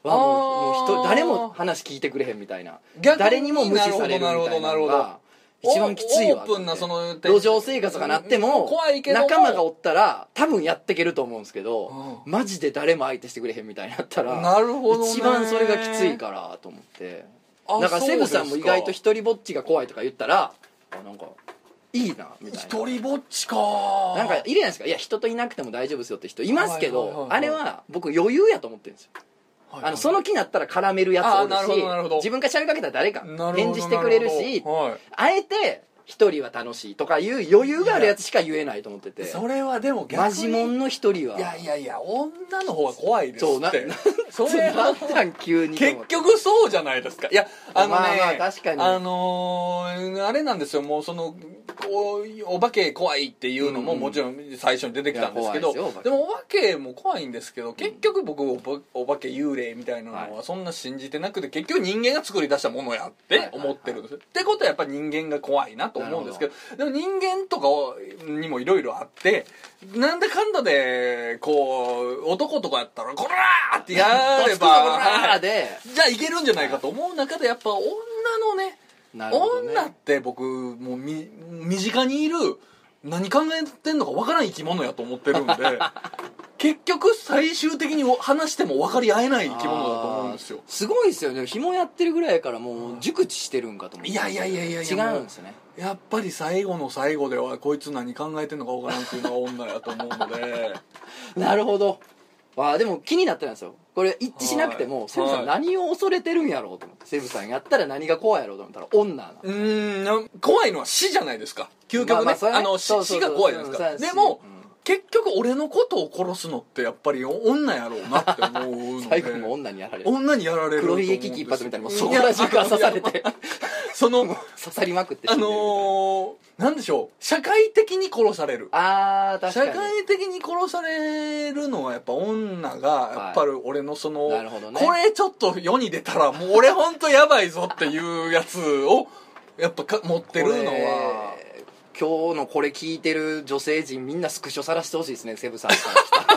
A: あーなるほどねあ
B: はもう
A: ー
B: もう人誰も話聞いてくれへんみたいな
A: 逆に
B: 誰にも無視されるみたいな
A: なる
B: の
A: ほどなるほど
B: が一番きついわ
A: オープンなその
B: 路上生活がなって
A: う
B: も
A: ん怖いけども
B: 仲間がおったら多分やっていけると思うんですけどマジで誰も相手してくれへんみたいになったら
A: なるほど、ね、
B: 一番それがきついからと思って
A: あ
B: だから
A: そう
B: セ
A: で
B: ブ
A: すか
B: さんも意外と一人ぼっちが怖いとか言ったらあなんかいいなみたいな
A: 一人ぼっちか
B: なんかいるじゃないですかいや人といなくても大丈夫ですよって人いますけ
A: はいはい
B: ど
A: はいはい
B: あれは僕余裕やと思ってるんですよあのその気になったら絡めるやつ
A: あー
B: おる
A: なるほどなるほ
B: し
A: ど
B: 自分が喋りかけたら誰か
A: なるほど
B: 返事してくれるし
A: なほどはい
B: あえて一人は楽しいとかいう余裕があるやつしか言えないと思ってて
A: それはでも逆に
B: マジモンの一人はい
A: やいやいや女の方は怖いです
B: そう
A: っ
B: な
A: て
B: な
A: そ
B: それ
A: れは
B: なんなん急にと思っ
A: 結
B: て
A: 局そうじゃないですかいやあのね、
B: まあまあ確かに
A: あのーあれなんですよもうそのこうお化け怖いっていうのも
B: うんうん
A: もちろん最初に出てきたんですけど、
B: いや怖いですよお化け
A: でもお化けも怖いんですけど結局僕お化お化け幽霊みたいなの
B: は
A: はそんな信じてなくて結局人間が作り出したものやって思ってるんですよ、ってことはやっぱ人間が怖いなと思うんですけどでも人間とかにもいろいろあってなんだかんだでこう男とかやったら「こらー!」ってやればはい
B: で
A: じゃあいけるんじゃないかと思う中でやっぱ女のね
B: なるほどね
A: 女って僕もうみ身近にいる何考えてんのかわからん生き物やと思って るんで結局最終的に話しても分かり合えない生き物だと思うんですよ
B: あーすごいですよね紐やってるぐらいやからもう熟知してるんかと思って
A: いやいやいやいやい
B: 違
A: や
B: うんですね
A: やっぱり最後の最後ではこいつ何考えてんのかわからんっていうのが女やと思うので
B: なるほどわあでも気になってたんですよこれ一致しなくても、
A: はい
B: セブさ
A: は
B: ん
A: い
B: 何を恐れてるんやろうと思ってセブさんやったら何が怖いやろうと思ったら女なの
A: うーんな怖いのは死じゃないですか究極ね,、
B: まあ
A: あ
B: まあそれはね
A: の死
B: そうそうそ
A: 死
B: う
A: が怖いじゃないです
B: そ
A: か
B: うそう
A: でも、
B: うん
A: 結局俺のことを殺すのってやっぱり女やろうなって思うので
B: 最後も女にやられる
A: 女にやられると思
B: 黒
A: うん
B: ひ
A: です
B: げ
A: よ
B: 危機一発みたいなもうそこら中から刺されて刺
A: そ の
B: さりまくって死
A: あ
B: んでるみたいな
A: のー、なんでしょう社会的に殺される
B: あー確
A: 社
B: かに
A: 会的に殺されるのはやっぱ女がやっぱり俺のその、
B: なるほどね
A: これちょっと世に出たらもう俺本当やばいぞっていうやつをやっぱか持ってるのは
B: これ今日のこれ聞いてる女性陣みんなスクショさらしてほしいですねセブさんから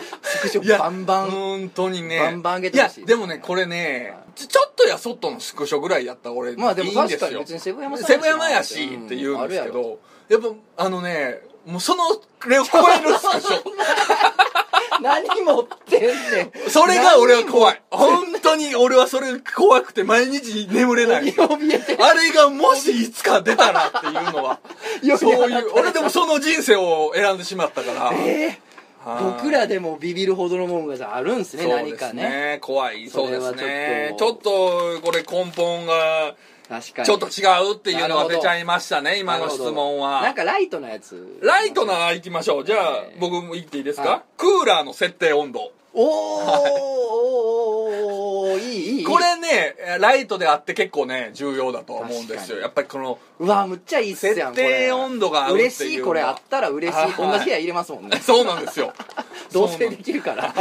B: 来たスクシ
A: い
B: ョ
A: や
B: バンバン
A: 本当にね
B: バンバン上げてほしいですね
A: いやでもねこれね
B: は
A: ちょちょっとやそっとのスクショぐらいやったら俺
B: まあでも
A: いいん
B: 確
A: で
B: か
A: す
B: に
A: よ
B: 別にセブ山さん
A: セブ山やしって言うんですけど、やっぱあのねもうそのれを超えるスクシ
B: 何持ってんねん
A: ョそれが俺は怖
B: い
A: い本当に俺はそれ怖くて毎日眠れない
B: 怯えて
A: あれがもしいつか出たらっていうの は
B: よく
A: そう
B: や
A: い
B: っ
A: う
B: た
A: 俺でもその人生を選んでしまったから、
B: え
A: はい
B: ー僕らでもビビるほどのもんがじゃああるんすね
A: そう
B: 何
A: で
B: か
A: す
B: ね
A: ね怖いそうです
B: それ
A: ねち
B: はちょ
A: ょ
B: っ
A: っとこれ根本が
B: 確かに
A: ちょっと違うっていうのが出ちゃいましたね今の質問
B: な
A: は
B: んかライトなやつ
A: ライトな行きましょうじゃあ
B: えー
A: 僕も言っていいです
B: は
A: かクーラーの設定温度
B: おーおーおーおーいいいい
A: これねライトであって結構ね重要だと思うんで
B: 確
A: す
B: か
A: よ
B: に
A: やっぱりこの
B: うわむっちゃいいっすや
A: 設
B: ん
A: 定温度が合う
B: こ
A: って
B: れ
A: いう
B: 嬉しいこれあったら嬉し
A: はい
B: い同じ部屋入れます もんね
A: そうなん ですよ
B: 同棲
A: そう
B: できるから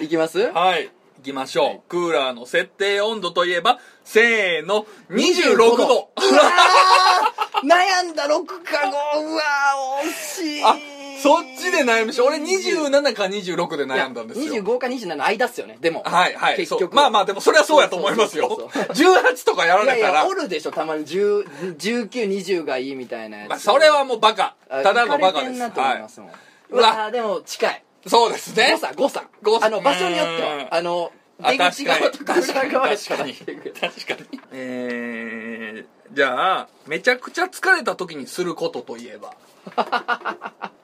B: いきます
A: なんはい行きましょう、クーラーの設定温度といえばせーの26度
B: うわー悩んだ6か5うわー惜しい
A: あそっちで悩みましょう俺27か26で悩んだんですよ
B: いや25か27の間っすよねでも
A: はいはい
B: 結
A: そう
B: 局
A: まあまあでもそれはそうやと思いますよ
B: そうそ う
A: 18とかやら
B: いや
A: れ
B: い
A: たら
B: やおるでしょたまに1920がいいみたいなやつ、
A: まあ、それはもうバカ
B: あ
A: ただのバカで
B: 浮かれてん
A: す
B: なと思いま
A: は
B: すもん、
A: うわ
B: うわーでも近い
A: い、そうですね
B: 誤差誤差
A: 誤差
B: あの場所によっては
A: うん
B: あの
A: あ
B: 出口側とか
A: 確かに
B: 側でしかなって
A: 確
B: くる
A: かに確かにえー、じゃあめちゃくちゃ疲れた時にすることといえ ば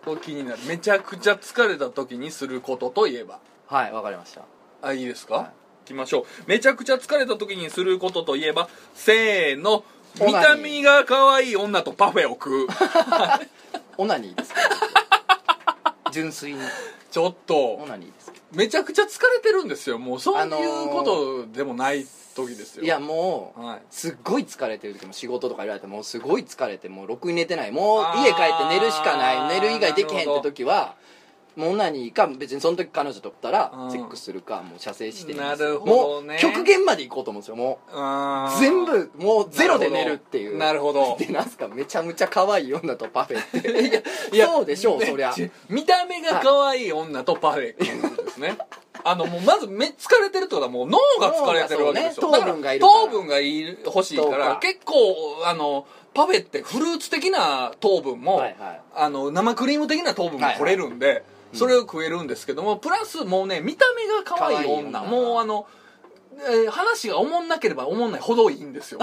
A: これ気になるめちゃくちゃ疲れた時にすることといえば
B: はいわかりました
A: あいいですか、行きましょうめちゃくちゃ疲れた時にすることといえばせーの
B: オナニー
A: 見た目が可愛い女とパフェを 食う
B: オナニーですか純粋に
A: ちょっと
B: オナニーですか
A: めちゃくちゃ疲れてるんですよもうそういうことでもない時ですよ、
B: いやもう、
A: はい
B: すっごい疲れてる時も仕事とかいられてもうすごい疲れてもうろくに寝てないもう家帰って寝るしか
A: あー
B: ない寝る以外できへんって時はもうオナニーか別にその時彼女とったら
A: うん
B: セックスするかもう射精して
A: なるほどね
B: もう極限まで行こうと思うんですよも
A: あー
B: う全部もうゼロで寝るっていう
A: なるほど
B: でなんすかめちゃめちゃ可愛い女とパフェって
A: いや
B: そうでしょう
A: ね
B: そりゃ
A: ち見た目が可愛い女とパフェですねあのもうまずめ疲れてるってことはもう脳が疲れてるわけでしょ、
B: 脳がそうね糖分がいる
A: だ
B: から
A: 糖分がいる欲しいか
B: そう
A: ら
B: か
A: 結構あのパフェってフルーツ的な糖分も、
B: はいはい
A: あの生クリーム的な糖分も取れるんで、それを食えるんですけどもプラスもうね見た目が可愛い女
B: 可愛い女
A: もうあの、えー話がおもんなければおもんないほどいいんですよ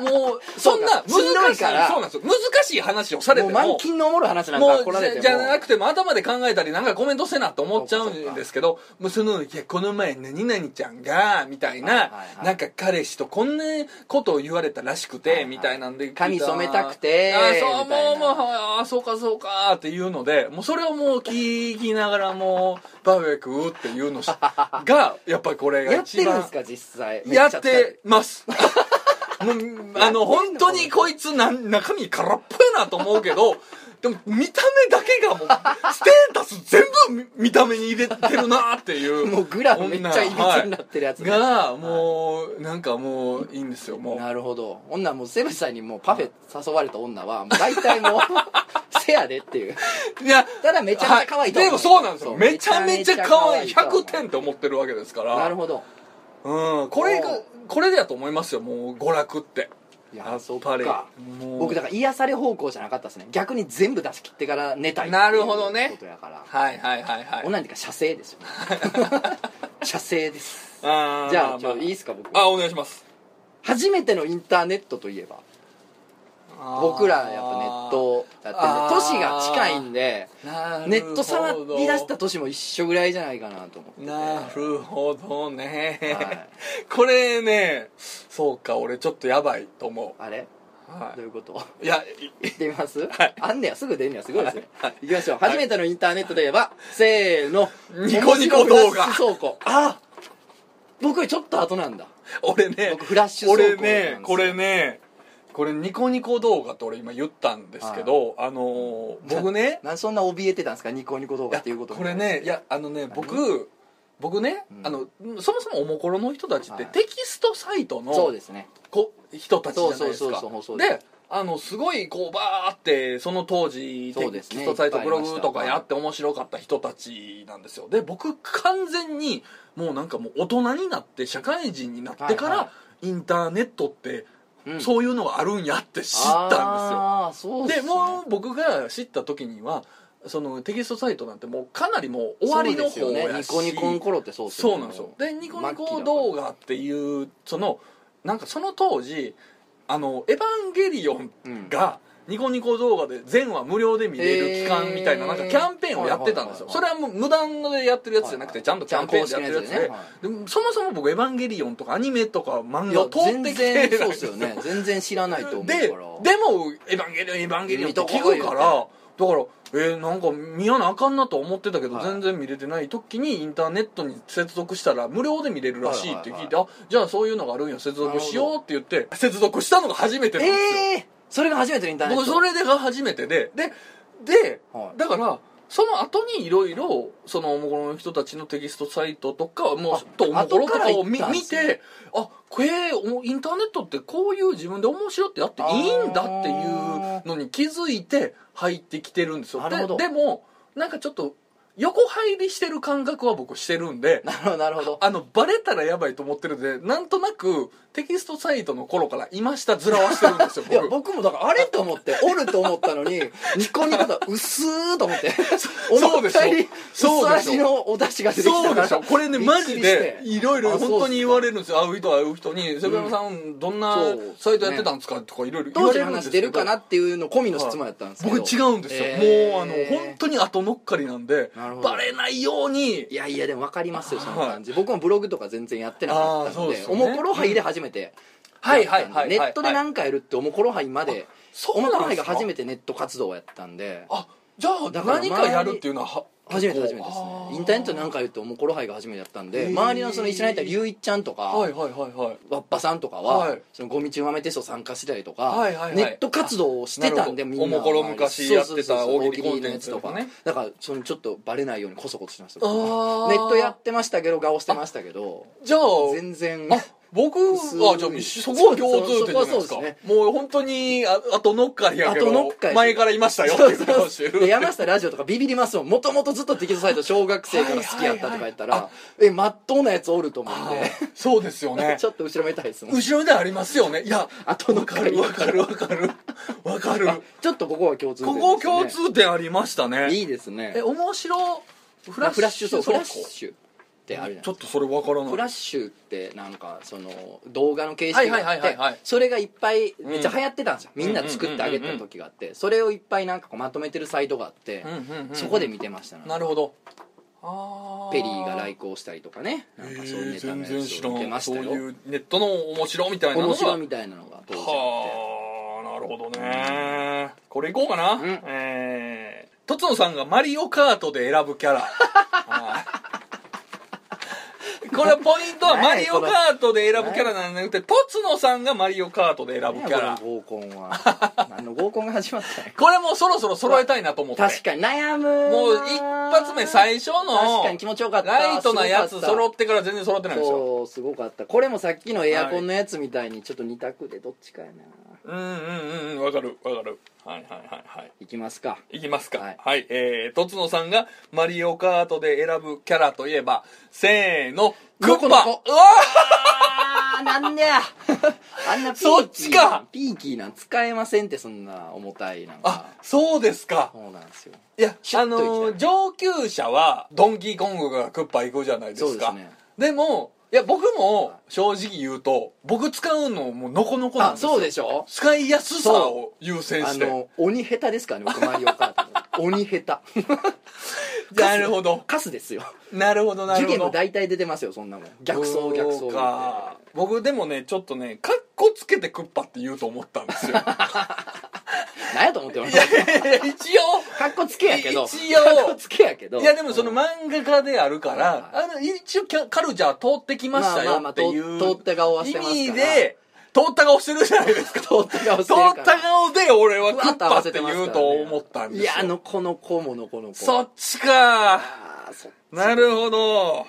A: もうそんな難しい
B: しんどいから
A: そうなんですよ難しい話をされて
B: もう
A: も
B: 満金のおもろい話なん
A: も
B: か
A: う
B: 来られても
A: じゃなくても頭で考えたりなんかコメントせなと思っちゃうんですけどもうそのいやこの前何々ちゃんがみたいな、
B: はいはいはい
A: なんか彼氏とこんなことを言われたらしくて、
B: はいはい
A: みたいなんで聞いた
B: 髪染めたくて
A: あそう
B: みたいな
A: もうもうあそうかそうかっていうのでもうそれをもう聞きながらもうパーフェクトっていう のしがやっぱりこれが
B: やって
A: 一
B: るん
A: 番
B: ですか実際
A: やっ
B: めちゃ
A: てます もうあの本当にこいつなん中身空っぽやなと思うけどでも見た目だけがもうステータス全部み見た目に入れてるなっていう
B: もうグラフめっちゃいびつになってるやつね
A: 女はいがもうなんかもういいんですよもう
B: なるほど女はもうセブンさんにもうパフェ誘われた女はもう大体もう せやでっていう
A: いや
B: ただめちゃめちゃ可愛いと
A: は
B: 思
A: で
B: う、
A: もそうなんですよめちゃめちゃ可愛い
B: と思う
A: 100点って思ってるわけですから
B: なるほど
A: うんこれが
B: おう
A: これだと思いますよもう娯楽って
B: いや
A: やっ
B: そっ
A: ぱり
B: か
A: もう
B: 僕だから癒され方向じゃなかったですね逆に全部出し切ってから寝たいっていう
A: なるほどね
B: ことやから
A: はいはいはいはい
B: オナニーか射 精ですよね射精です
A: あー
B: じゃあ
A: ま
B: ちょ
A: ま
B: いいですか僕
A: あお願いします
B: 初めてのインターネットといえば僕らやっぱネットやって
A: あー
B: るんで都市が近いんでネット触り出した年も一緒ぐらいじゃないかなと思ってて
A: なるほどね、
B: はい
A: これねそうか俺ちょっとやばいと思
B: あれ
A: う、は
B: どういうこと
A: い、いやい
B: 言ってみます、
A: はい
B: あんねやすぐ出んねやすごいですね、
A: はい
B: いきましょう、
A: はい
B: 初めてのインターネットといえばせーの
A: ニコニコ動画
B: 面白フラッシュ倉庫あ僕よりちょっと後なんだ
A: 俺ね
B: 僕フラッシュ走行
A: 俺
B: なんです
A: ね
B: よ
A: これねこれニコニコ動画って俺今言ったんですけど、あのー僕 ね
B: なんそんな怯えてたんですかニコニコ動
A: い
B: 画
A: や
B: っていうことに
A: これねいやあのね僕僕ね、
B: うん
A: あのそもそもおもころの人たちって
B: はい
A: テキストサイトの、
B: そうですね
A: こ人たちじゃないですか
B: そうそうそうそう
A: であのすごいこうバーってその当時
B: そうです
A: テ
B: ね
A: キストサイト
B: いっ
A: ブ
B: ぱい
A: ロ
B: ありました
A: グとかやって面白かった人たちなんですよで僕完全にもうなんかもう大人になって社会人になってか
B: はい
A: らインターネットって
B: うん
A: そういうのがあるんやって知った
B: ああそ
A: ん
B: う
A: ですすよ
B: ね
A: でもう僕が知った時にはそのテキストサイトなんてもうかなりもう終わりの
B: そ
A: 方
B: うですよ
A: や
B: ねニ
A: し
B: コニコの頃ってそう
A: そうなんですよでニコニコ動画っていうそのなんかその当時「あのエヴァンゲリオン」がニコニコ動画で全話無料で見れる期間みたいな
B: へー
A: なんかキャンペーンをやってたんですよ
B: はい
A: そ
B: は
A: れはもう無断でやってるやつじゃなくてちゃんとキャンペーンでやってるやつででもそもそも僕「エヴァンゲリオン」とかアニメとか漫
B: い
A: 画
B: や
A: を通っ
B: 全
A: てき
B: 然
A: て
B: そうですよね全然知らないと思うから
A: ででも「エヴァンゲリオン」「エヴァンゲリオン」って聞
B: 見
A: く
B: た
A: か
B: こと
A: らだからえー、なんか見やなあかんなと思ってたけど、
B: はい
A: 全然見れてない時にインターネットに接続したら無料で見れるらしいって聞いて、
B: は
A: あじゃあそういうのがあるんや接続しようって言って接続したのが初めてなんですよ、
B: ええそれが初めてのインターネット
A: 僕それでが初めてででで
B: はい
A: だからその後にいろいろそのおもころの人たちのテキストサイトとかも
B: あ
A: うとおもころとかを
B: 後
A: 見
B: から行ったんで
A: 見
B: すね
A: てあこれおインターネットってこういう自分で面白いってやっていいんだっていうのに気づいて入ってきてるんですよ
B: なるほど
A: ででもなんかちょっと横入りしてる感覚は僕してるんで
B: なるほどなるほど
A: あのバレたらやばいと思ってるんでなんとなくテキストサイトの頃から今下ずらはしてるんですよ
B: いや僕もだからあれと 思っておると思ったのにニコニコだ薄ーと思って
A: そうでしょそうで
B: 思ったより薄
A: しょ
B: 味のお出汁が出てきた
A: そう
B: か
A: で
B: ら
A: しょこれね
B: びっ
A: マ
B: くり
A: ジ
B: して
A: でいろいろ
B: あそうっすか
A: 本当に言われるんですよ会う人会う人に「セブンさんどんな
B: そう
A: サイトやってたんですか?」とかいろいろ言
B: 当
A: わ
B: 時
A: れ
B: の
A: るんです
B: 話
A: け
B: 出
A: ど
B: るかなっていうの込みの質問やったんですけど
A: 僕違うんですよ、
B: えー
A: もうあの本当に後乗っかりなんで
B: なるほど
A: バレないように
B: いやいやでも分かりますよその感じ僕もブログとか全然やってなかった
A: あー
B: の
A: そう
B: で
A: です
B: お
A: よね
B: もころはいで初めて
A: はいはいはいはい
B: ネットで何かやるっておもころはいまで
A: そう
B: お
A: な
B: も
A: んです
B: こ
A: か
B: ろはいが初めてネット活動をやったんで
A: あじゃあ
B: だから
A: 何かやるっていうのはは
B: 初めて
A: 結
B: 初
A: 構
B: めてですね
A: あ
B: インターネットで何かやるっておもころはいが初めてやったん
A: へ
B: で
A: ー
B: 周りのその一緒にいた龍一ちゃんとか、
A: はいはいはいはい
B: わっぱさんとかは、
A: はい
B: そのゴミ中豆テスト参加してたりとか、
A: はいはいはい
B: ネット活動をしてたんで
A: あ
B: みんな
A: おもころ昔やってた大喜利コンテンツ
B: そうそうそうそう
A: とかね
B: だからそのちょっとバレないようにコソコソしてました
A: あ
B: 僕
A: ー
B: ネットやってましたけど顔してましたけど
A: じゃあ
B: 全然
A: あ僕
B: 普通に
A: はじゃあそこは共通点じゃないです
B: そ
A: か
B: こはそうです
A: もう本当にあ後乗っかりやけ
B: 後乗
A: ど
B: っかり
A: 前からいましたよっていうことをしてる
B: で山下ラジオとかビビりますもんもともとずっとテキストサイト小学生から好きやったとか言ったら、
A: はいは
B: えまっとうなやつおると思うんで、
A: そうですよね
B: ちょっと後ろめたいですもん
A: 後ろでありますよねいや
B: 後乗っ
A: わ
B: か
A: か
B: り
A: るわかるわかるわかる
B: あちょっとここは共通点
A: こ
B: ですね
A: こ共通点ありましたね
B: いいですね
A: え面白フ
B: フラ
A: ラ
B: ッ
A: ッシ
B: シュそう
A: ュ
B: フ
A: 倉
B: ラ
A: 庫
B: ッシュってあるじゃないです
A: ち
B: か
A: ょっとそれわからない
B: フラッシュってなんかその動画の形式が
A: はい
B: あっ
A: はいはい
B: て
A: はいはい
B: それがいっぱい
A: ん
B: めっちゃ流行ってたんですよみんな作ってあげた時があってそれをいっぱいなんかこうまとめてるサイトがあって
A: うんうんうん
B: そこで見てましたね
A: なるほどあ
B: ペリーが
A: 来
B: 来航したりとかねなんかそういうネタ
A: 全
B: のや
A: 然
B: つ
A: 知
B: を見て
A: ら
B: ま
A: ん
B: し
A: そ
B: た
A: う
B: よ
A: いうネットの面白みたいなの
B: 面
A: が
B: 白みたいなのが当時あ
A: はあなるほどねこれいこうかな、
B: ん
A: えー、とつのさんがマリオカートで選ぶキャ ラはいこれポイントはマ
B: 何
A: リ
B: やこ
A: オ
B: の
A: カートで選ぶキャラなんじゃなくてとつのさんがマリオカートで選
B: って
A: ぶキャラ
B: 何やこの合コン は何の合コンが始まったんや
A: これもうそろそろ揃えたいなと思って
B: 確かに悩む
A: もう一発目最初
B: 確
A: の
B: かに気持ちよかった
A: ライトなやつ
B: すごか
A: 揃
B: っ
A: ってから全然揃ってな
B: た
A: いんですよ
B: そうすごかったこれもさっきのエアコンのやつみたいにちょっと二択でどっちかやな
A: うんうんうんうんわかるわかるはいはいはいはい
B: いきますか
A: いきますか。は
B: はいい。
A: えー、とつのさんがマリオカートで選ぶキャラといえば、せーの、クッ
B: ノコ
A: パう
B: ノ
A: わ
B: コあーなんで あんなピーキー
A: そっちか
B: ピーキーなん使えませんってそんな重たいなん
A: あ
B: か、
A: そうですか。
B: そうなんですよ
A: いや、
B: シュ
A: あ
B: ッといきたい
A: のー上級者は、ドンキーコングがクッパ行くじゃないですか。
B: そうですね
A: でも、いや、僕も、正直言うと、僕使うのもうノコノコなん
B: あ
A: ですよ。
B: そうでしょ
A: 使いやすさを優先
B: あ
A: して。
B: の鬼下手ですからね僕マリオカートの鬼下手
A: なるほど。
B: カスですよ
A: なるほど、なるほど。
B: 事件の大体出てますよそんなもん逆走逆走
A: そうか僕でもね、ちょっとね、カッコつけてクッパって言うと思ったんですよ。
B: 何やと思ってま
A: い
B: す
A: やいやいや 一応
B: かっこつけやけど
A: 一応
B: かっこつけやけど
A: いやでもその漫画家であるから、
B: は
A: あの一応キャカルチャー通ってきましたよっていう
B: まあまあまあ通通った顔はしてますから
A: 意味で通った顔してるじゃないですか
B: 通った顔し
A: 通
B: てる
A: っ
B: から
A: た顔で俺は
B: ふ
A: ク
B: わ
A: ッ
B: っと合
A: パ
B: わ
A: っ
B: せ
A: て
B: てます
A: 言う
B: からね
A: と思ったんですよ
B: いやのこの子ものこの子
A: そっちか
B: あーそ
A: なるほど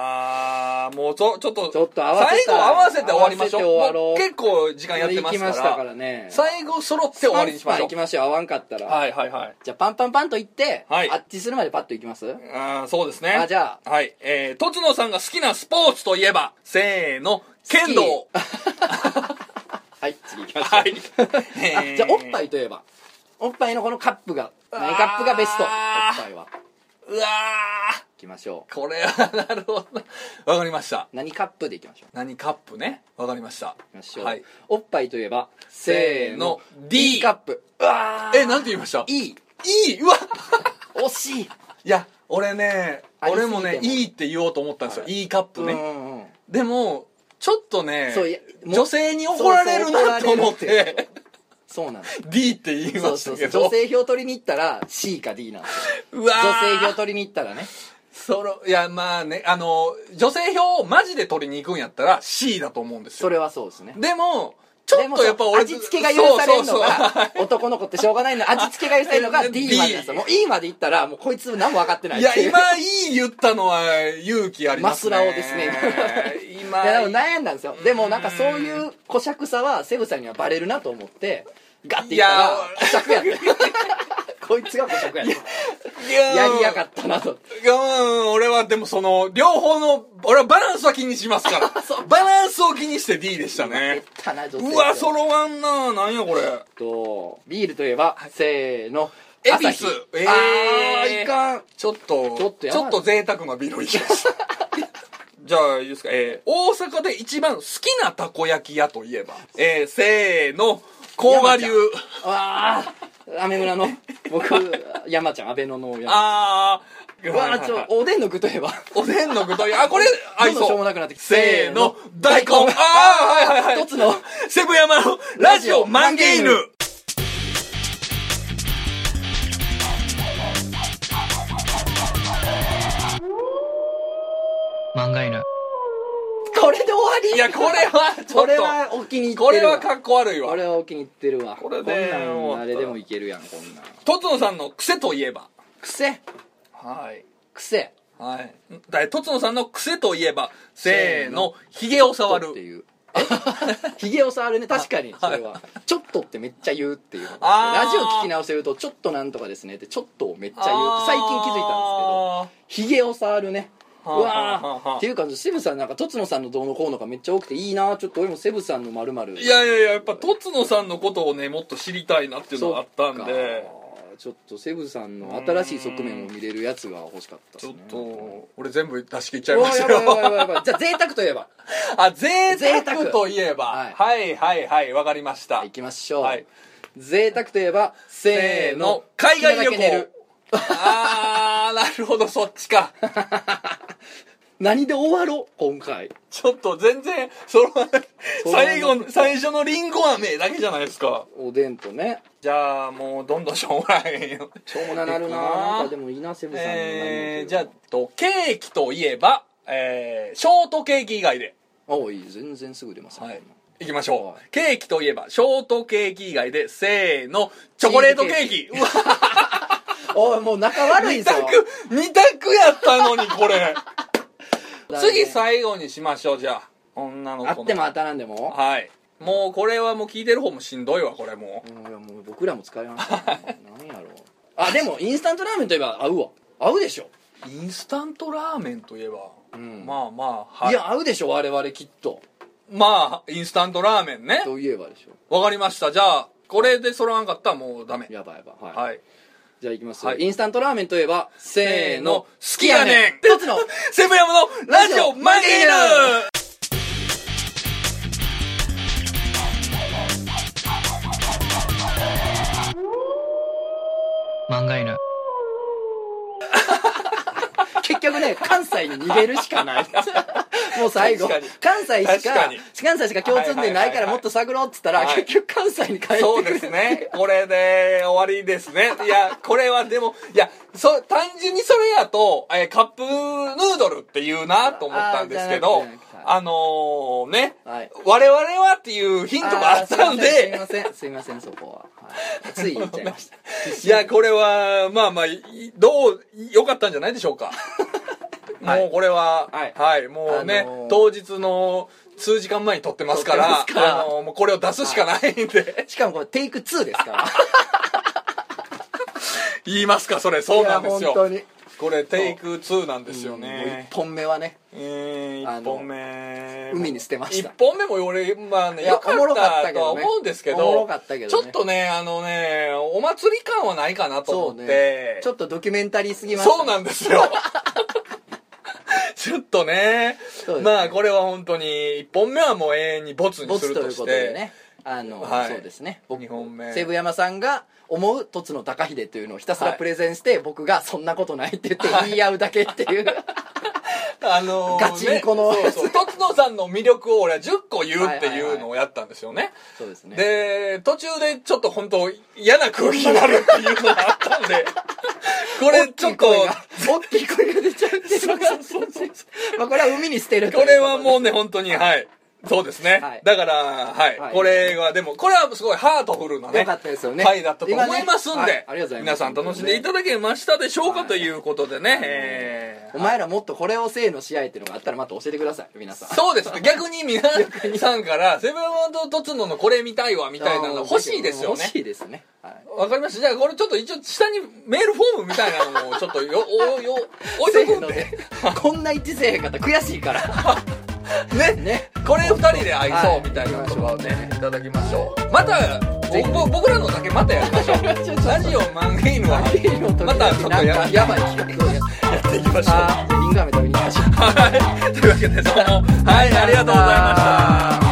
A: あーもうちょちょっと
B: ちょっと合わせた
A: 最後合わせて終わりましょう
B: 合わせて終わろう
A: もう結構時間やって
B: 行
A: ま
B: き
A: す
B: ま
A: か
B: した
A: ら
B: からね
A: 最後揃って終わりにしましょ
B: 行
A: う
B: きましょう合わんかったら、
A: はいはいはい
B: じゃあパンパンパンと行って、
A: はい
B: あっちするまでパッと行きます
A: あーそうですね
B: あじゃ
A: はいえー、とつのさんが好きなスポーツといえばせーの剣道
B: はい次行きましょう、
A: はい、えー
B: あじゃあおっぱいといえばおっぱいのこのカップが何カップがベストおっ
A: あー
B: ぱいは行
A: うわ
B: きましょ
A: ーこれは なるほどわかりました
B: う何カップで行きましょう
A: 何カップねわかりました
B: 行きましょう、
A: はい、
B: おっぱいといえば
A: せーの D
B: カップうわー
A: えなんて言いました
B: E
A: いいうわ
B: 惜しい
A: いや俺ね
B: ありす
A: 俺
B: ぎても
A: もねいいって言おうと思ったんですよ、、
B: はい
A: いカップね、
B: うんうんうん
A: でもちょっとね
B: そういやもう
A: 女性に怒られるなと思っ
B: そうそう怒られる
A: て
B: そうなんです
A: D って言い
B: そ
A: ま
B: う
A: した
B: そうそ
A: け
B: う
A: ど
B: 女性票取りに行ったら C か D なんですよ
A: うわー
B: 女性票取りに行ったらね
A: そのいやまあねあの女性票をマジで取りに行くんやったら C だと思うんです
B: そ
A: よ
B: れはそうですね
A: でもちょっとやっぱ俺
B: でもそう味付けが許されるのが
A: そうそうそう
B: 男の子ってしょうがないの味付けが許されるのが
A: D
B: D までなんですよもう E まで行ったらもうこいつ何も分かってない
A: い
B: っ
A: や
B: ていう
A: 今いい言ったのは勇気ありますね
B: マスラオですね
A: 今
B: いやでも悩んだんですよでもなんかそういう小尺さはセブさんにはバレるなと思ってガッていっ
A: いや
B: たら小尺やって こいつが小尺やって
A: いや
B: やりやがったなと
A: いやうん俺はでもその両方の俺はバランスは気にしますから バランスを気にして D でしたね
B: 下手な女性
A: うわ
B: そ
A: 揃わんななんやこれ
B: とビールといえばせーの
A: 恵比寿
B: え
A: えー
B: あーいかん
A: ちょっと
B: ちょっとやばい
A: 贅沢なビールをいきましたじゃあいいですか、えー大阪で一番好きなたこ焼き屋といえば、えーせーの工場流
B: 山ちああ雨村の僕山ちゃん阿部野の山
A: あー
B: わあちょおでんの具といえば
A: おでんの具というあこれ合い
B: どんどんし
A: そ
B: ょうも
A: う
B: なくなってきて
A: せーの大根あーはいはいはい
B: 一つの
A: セブヤマのラジオマンゲイヌ
C: 漫画犬
B: これで終わり
A: いやこれはちょっと
B: これはお気に入ってるわ
A: これはかっこ悪いわ
B: これはお気に入ってるわ
A: こ
B: こ
A: れ
B: れ
A: で
B: で
A: 終
B: こん
A: わった
B: なんあれでもいけるやんこんなん
A: とつのさんの癖といえば
B: 癖
A: はい
B: 癖
A: はいだとつのさんの癖といえばせーのひげを触る
B: っていう ひげを触るね確かにそれはちょっとってめっちゃ言うっていう
A: あー
B: ラジオ聞き直してるとちょっとなんとかですねってちょっとをめっちゃ言うって最近気づいたんですけど
A: あー
B: ひげを触るねう
A: はあ
B: わ
A: はあはあ
B: ーっていうかセブさんなんかとつのさんのどうのこうのがめっちゃ多くていいなちょっと俺もセブさんのまるまる
A: いやいやいややっぱとつのさんのことをねもっと知りたいなっていうのがあったんで
B: そちょっとセブさんの新しい側面を見れるやつが欲しかったで
A: ち
B: す
A: ょっ
B: ね
A: と俺全部出し切っちゃい
B: お
A: ま
B: ー
A: し
B: や
A: た
B: ばいやばい
A: よ
B: やばいやばいじゃあ贅沢といえば
A: あ贅
B: 贅
A: 沢
B: 沢
A: といえばはいはいはいわかりました
B: いきましょう、
A: はい
B: 贅沢といえばせーの
A: 海外旅
B: 好きなだけ
A: 行
B: 寝る
A: あーなるほどそっちか
B: 何で終わろう今回
A: ちょっと全然その
B: そう
A: 最後の最初のリンゴ飴だけじゃないですか
B: おでんとね
A: じゃあもうどんどんしょうもないよ
B: しょうもななるな
A: 行くな
B: なんかでもいいなセブさんの何も
A: えー、じゃあとケーキといえば、えー、ショートケーキ以外で
B: あいい全然すぐ出ますね
A: はいいきましょ
B: は
A: うケーキといえばショートケーキ以外でせーのチョコレートケーキうわ
B: おいもう仲悪い
A: 二
B: ぞ
A: 択二択やったのにこ れ次最後にしましょうじゃあ女の子
B: あ
A: の
B: っても当たらんでも
A: はいもうこれはもう聞いてる方もしんどいわこれもう
B: うんいやもう僕らも疲れま したね何やろうあでもインスタントラーメンといえば合うわ合うでしょ、
A: インスタントラーメンといえば、
B: うん
A: まあまあはい
B: い、や合うでしょ我々きっと
A: まあインスタントラーメンね
B: といえばでしょ
A: わかりましたじゃあこれで揃わなかったらもうダメ
B: やばいやばい、はい
A: はい
B: じゃあいきます、
A: はい
B: インスタントラーメンといえばせーの
A: 好きやねん
B: 一つの
A: セブヤムのラジオマニール
C: 漫画犬
B: 結局ね関西に逃げるしか ないもう最後
A: 確かに
B: 関西し
A: 確
B: か
A: かに
B: 関西しか共通点ない
A: はいはいはいはい
B: からもっと探ろうっつったら、
A: はい
B: 結局関西に帰ってくる
A: そうですね。これで終わりです ね。いや、これはでも、いや、そ、単純にそれやと、えーカップヌードルっていうなと思ったんですけ
B: あ
A: ど
B: ーじゃなくて、
A: あのーね、
B: はい
A: 我々はっていうヒントがあったん
B: あ
A: で、
B: ーすいませんすいませんすいませんそこは、はい、つい言っちゃい ました
A: いや、これは、まあまあ、いどう、良かったんじゃないでしょう か。
B: はい
A: もうこれは、は
B: はいい、
A: もうね、
B: あのー
A: 当日の数時間前に撮ってますから、
B: 撮ってますから
A: あのーもうこれを出すしかないんで、
B: しかもこれテイク2ですから
A: 言いますか、それ、そうなんですよ。
B: いや本当に
A: これテイク2なんですよ
B: うんもう
A: ね
B: 一、本目はね
A: えー、
B: あ
A: 1
B: の
A: 本目
B: 海に捨てました
A: 1本目も俺まあね
B: いや
A: よか
B: おもろか
A: っ
B: ったたけ
A: とは
B: どね
A: 思うんですけど
B: おもろかったけどね
A: ちょっとねあのねお祭り感はないかなと
B: そう
A: 思っ
B: ね
A: て
B: ちょっとドキュメンタリーすぎましたね
A: そうなんです よちょっとね
B: そうですね
A: まあこれは本当に1本目はもう永遠にボツに
B: ボ
A: す
B: ツ
A: る
B: とい
A: と
B: う
A: し
B: こと
A: て
B: でねあの、
A: はい
B: そうですね
A: 二本目
B: 西武山さんが思う「とつの高秀」というのをひたすらプレゼンして、僕が「そんなことない」って言って言い合うだけっていう、
A: あのー
B: ガチンコの
A: ねそうそうとつのさんの魅力を俺は10個言うっていうのをやったんですよね、
B: そうですね
A: で途中でちょっと本当嫌な空気になるっていうのがあった んでこれちょっと
B: 大きい声が出ちゃうっていうのがまあこれは海に捨てるとい
A: これは
B: う
A: もうね本当にはいそうですね、
B: はい
A: だからはい、
B: はい
A: これはでもこれはすごいハートフルなね
B: よかったですよね
A: 回だったと思いますん
B: 今
A: で、
B: ねはいありがとうござい
A: 皆
B: ます
A: さん楽しんでいただけましたでしょうか、
B: はい
A: ということでね、えー
B: お前らもっとこれをせいの試合っていうのがあったらまた教えてください皆さん
A: そうですね逆に皆さんから「セブンとトツノのこれ見たいわ」みたいなの欲しいですよね
B: 欲しいですね、はい
A: わかりました。じゃあ、これちょっと一応、下にメールフォームみたいなのも、ちょっとよ、お、よ、置いとくんで。ね。
B: こんな一致せえへんかったら悔しい からね
A: これ二人で合いそ
B: は
A: う
B: い
A: みたいなとかをね、いただきましょう。また、僕僕らのだけまたやりましょ う。ラジオ漫画犬は、またちょっとや
B: や ばい企画をや
A: やっていきましょう。
B: あーリンガーメ食べに行きましょう
A: はい。というわけで、どうも、はい、ありがとうございました。